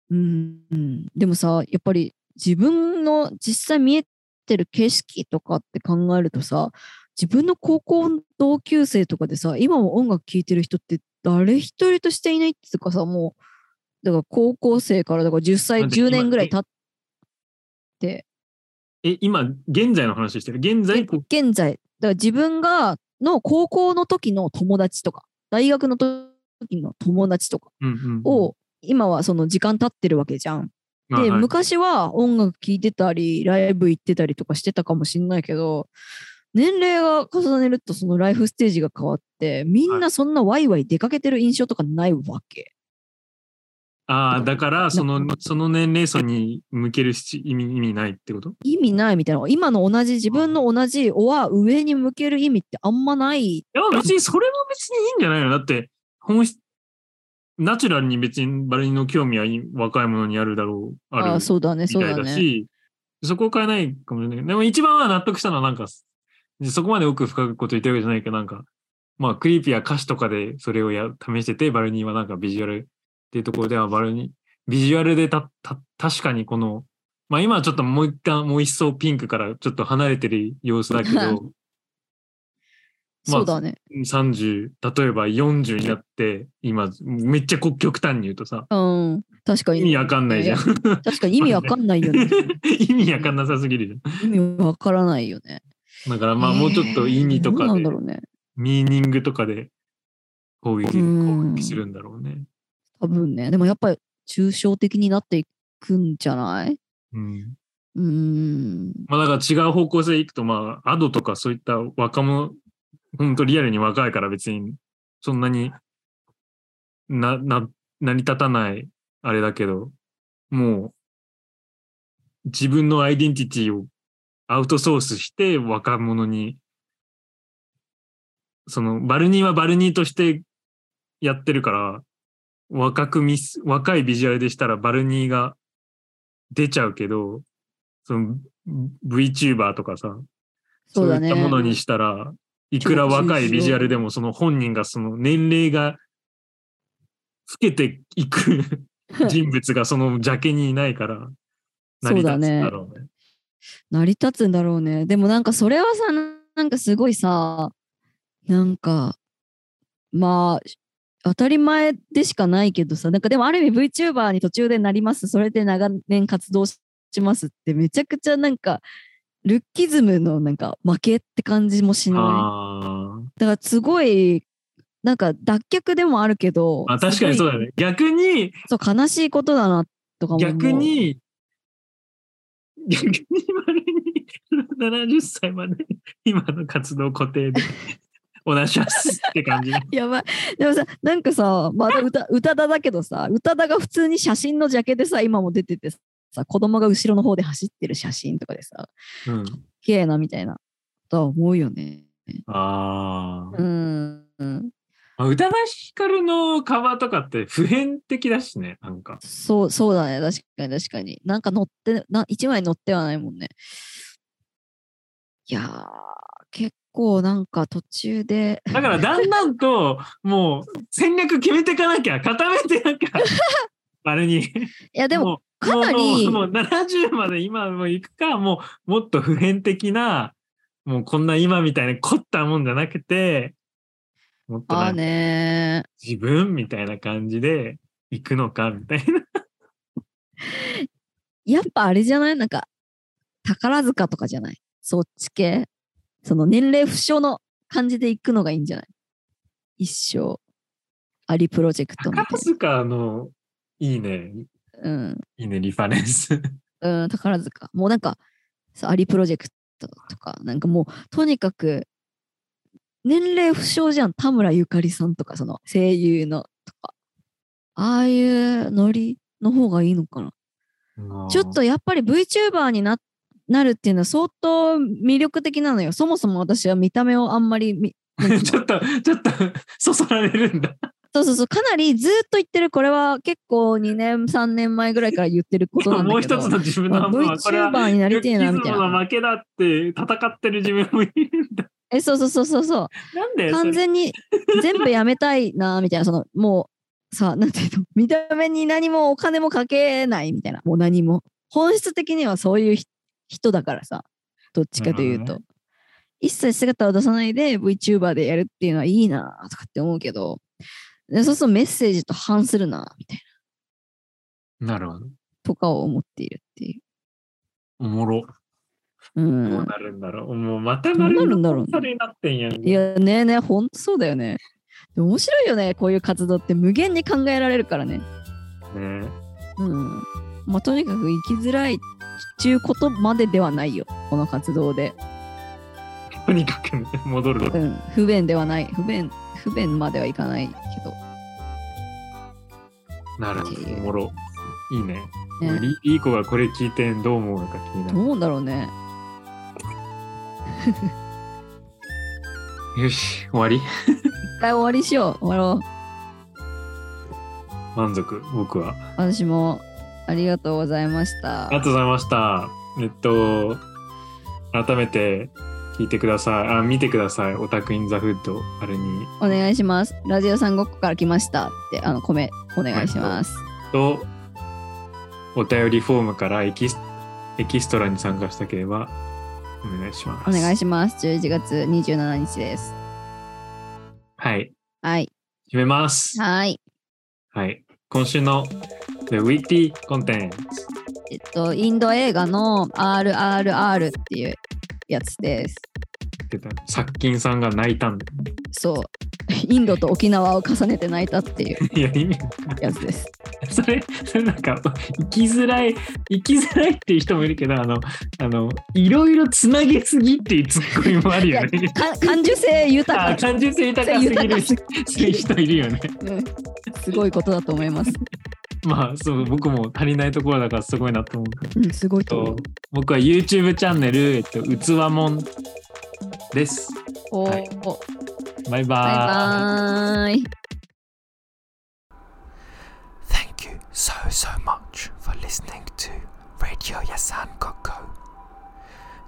うん、うん。でもさ、やっぱり自分の実際見えてる景色とかって考えるとさ、自分の高校の同級生とかでさ、今も音楽聴いてる人って誰一人としていないっていうかさ、もう、だから高校生からだから10歳、
待っ
10
て
年ぐらい
今
経って、
え、今、現在の話してる。現在、こう
現在、だから自分がの高校の時の友達とか、大学の時の友達とか、
うんうん
を今はその時間経ってるわけじゃん。
あ
で、
はい
昔は音楽聴いてたりライブ行ってたりとかしてたかもしんないけど年齢が重ねるとそのライフステージが変わってみん
は
なそんなワイワイ出かけてる印象とかないわけ。
ああ、
だ
だから、その、その年齢層に向けるし意味、意味ないってこと
意味ないみたいな今の同じ自分の同じおは上に向ける意味ってあんまない。
いや、別に、それも別にいいんじゃないのだって、本質、ナチュラルに別にバレリの興味はい若い者にあるだろう、ある
ああそうだね
み
そう
た
だ
いだ
ね。
し、そこを変えないかもしれないけど、でも一番は納得したのはなんか、そこまで奥深くこと言ってるわけじゃないけど、なんか、まあ、クリーピーや歌詞とかでそれをや試してて、バルニーはなんかビジュアルっていうところでは、バルニー、ビジュアルでた、た、確かにこの、まあ今はちょっともう一回、もう一層ピンクからちょっと離れてる様子だけ
[LAUGHS]
ど、まあ
そうだね。
30、例えば40になって、今、めっちゃこ極端に言うとさ、
うん確かに。
意味わかんないじゃん
い。確かに意味わかんないよ
[LAUGHS]
ね。
意味わかんなさすぎるじゃん。
意味わからないよね。
だからまあもうちょっと意味と
えーど
か
うな
で
んだ、ろうね。
ミーニングとかで攻撃
うん
攻撃するんだろうね。
多分ね。でもやっぱり抽象的になっていくんじゃない
うん、
うーん。
まあだから違う方向性行くとまあアドとかそういった若者ほんとリアルに若いから別にそんなになな成り立たないあれだけどもう自分のアイデンティティをアウトソースして若者にそのバルニーはバルニーとしてやってるから若く見す若いビジュアルでしたらバルニーが出ちゃうけどその VTuber とかさ
そうだね。
いったものにしたら、いくら若いビジュアルでも、その本人がその年齢が老けて
[LAUGHS]
いく人物がその邪気にいないから、成り立つんだろうね。
成り立つんだろうね。でもなんかそれはさ、ななんかすごいさ、なんか、まあ、当たり前でしかないけどさ、なんかでもある意味 VTuber に途中でなります、それで長年活動しますって、めちゃくちゃなんか、ルッキズムのなんか負けって感じもしない。
あー
だからすごい、なんか脱却でもあるけど、
まあ確かに
す
そ
ご
う
い
だね。逆に、
そう悲しいことだなとかも思う。
逆に、逆に丸に70歳まで今の活動固定でお願いしますって感じ。
やばい。でもさ、なんかさ、まだ歌、歌だだけどさ、歌だが普通に写真のジャケでさ、今も出ててさ、子供が後ろの方で走ってる写真とかでさ、
うん、
綺麗なみたいな、とは思うよね。
あー
うん。うん
まあ。宇多田ヒカルのカバーとかって普遍的だしね、なんか。
そう、そうだね。確かに確かに。なんか乗って、な一枚乗ってはないもんね。いやー、結構なんか途中で、
だからだんだ
[LAUGHS]
んと、もう戦略決めていかなきゃ、固めてなきゃ、あれに。
いやでも、
もう
かなり
もうもうもう70まで今も行くか、もうもっと普遍的な、もうこんな今みたいに凝ったもんじゃなくて、もっと
あ
な
あ
んか
ね
自分みたいな感じで行くのかみたい
[LAUGHS]
な。
ー、やっぱあれじゃないなんか、宝塚とかじゃないそっち系。その年齢不詳の感じで行くのがいいんじゃない一生。アリプロジェクトみたい
宝塚のいいね、
な。うん。
いいね、リファレンス。
うん、宝塚。もうなんか、さアリプロジェクトとか、なんかもう、とにかく、年齢不詳じゃん。田村ゆかりさんとか、その声優のとか。ああいうノリの方がいいのかな。ちょっとやっぱり VTuber にななるっていうのは相当魅力的なのよ。そもそも私は見た目をあんまり見、
うん。 [LAUGHS] ちょっと、ちょっと、そそられるんだ。
そうそうそう、かなりずっと言ってる、これは結構2年、3年前ぐらいから言ってることなんだ
[LAUGHS] もう
けど。
一つの自分の
まあ
半分は、これは。
VTuber になり
ルッ
て
キ
えな、
ズ
みたい
ムの
な。
負けだって戦ってる自分もいるんだ。
え、そうそうそうそうそう。
なんでそ
完
れ
全に全部やめたいなみたいなそのもうさなんていうの見た目に何もお金もかけないみたいなもう何も本質的にはそういうひ人だからさどっちかという
なる
と、一切姿を出さないで VTuber でやるっていうのはいいなとかって思うけどでそうするとメッセージと反するなみたいな
なるほど。
とかを思っているってい
おもろ。
う、う、
どうんなるんだろう。もうまた
どうな
丸
る
の
んだろうね
それになってんやん。
いやねえねえほんとそうだよねで面白いよねこういう活動って無限に考えられるからね
ね
うん。まあ、とにかく生きづらいっていうことまでではないよ、この活動で。
とにかくね戻る。
うん。不便ではない。不便、不便まではいかないけど。
なるほ
って
ど。
い
お
う
もろ。いいね。もう
ね、
リリーコがこれ聞いてどう思うのか気に
どう
なる。
思うんだろうね。
よし、終わり。
一回終わりにしよう。終わろう。
満足、僕は。
私もありがとうございました
あり。がとうございました。えっと、改めて聞いてください。あ、見てください。オタクインザフッド、あれに。
お願いします。ラジオさんごっこから来ましたって、あの、米、お願いします。
と、お便りフォームからエキスエキストラに参加したければ、お願いします。
お願いします。11月27日です。
はい。
はい。
決めます。
はい。
はい。今週の The Weekly Content。
えっと、インド映画の RRR っていうやつです。
殺菌さんが泣いたんだ。
そう。インドと沖縄を重ねて泣いたっていう
[LAUGHS] いや、意味、
やつです。
[LAUGHS] それ、それなんか、生きづらい、生きづらいっていう人もいるけど、あの、あの、いろいろつなげすぎっていうツッコミもあるよね。
か感受性豊
あ
か
ー感受性豊かすぎる
豊
そういう人いるよね。
うんすごいことだと思います。
まあ、そう、僕も足りないところだからすごいなと思う。
うん、すごいと思
と僕は YouTube チャンネル、えっと、うつわもんです。
う。
はい
おお
バイバー
バ
イ。
イバーイ。
Thank you so, so much for listening to Radio Yasan Koko.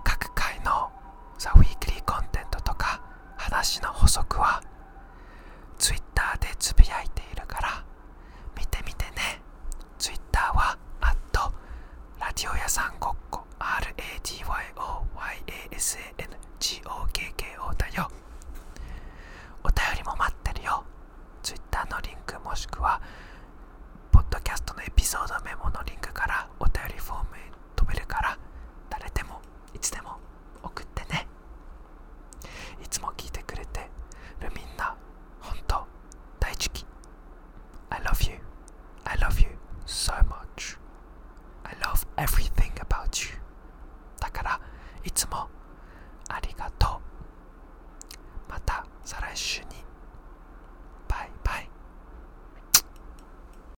各回の The Weekly コンテンツとか話の補足は Twitter でつぶやいているから見てみてね。Twitter は Radio Yasan Koko RADYOYASANGOKKO だよ。お便りも待ってるよ。Twitter のリンクもしくはポッドキャストのエピソードメモのリンクからお便りフォームへ飛べるから誰でもいつでも送ってねいつも聞いてくれてるみんな本当大好き I love you I love you so much I love everything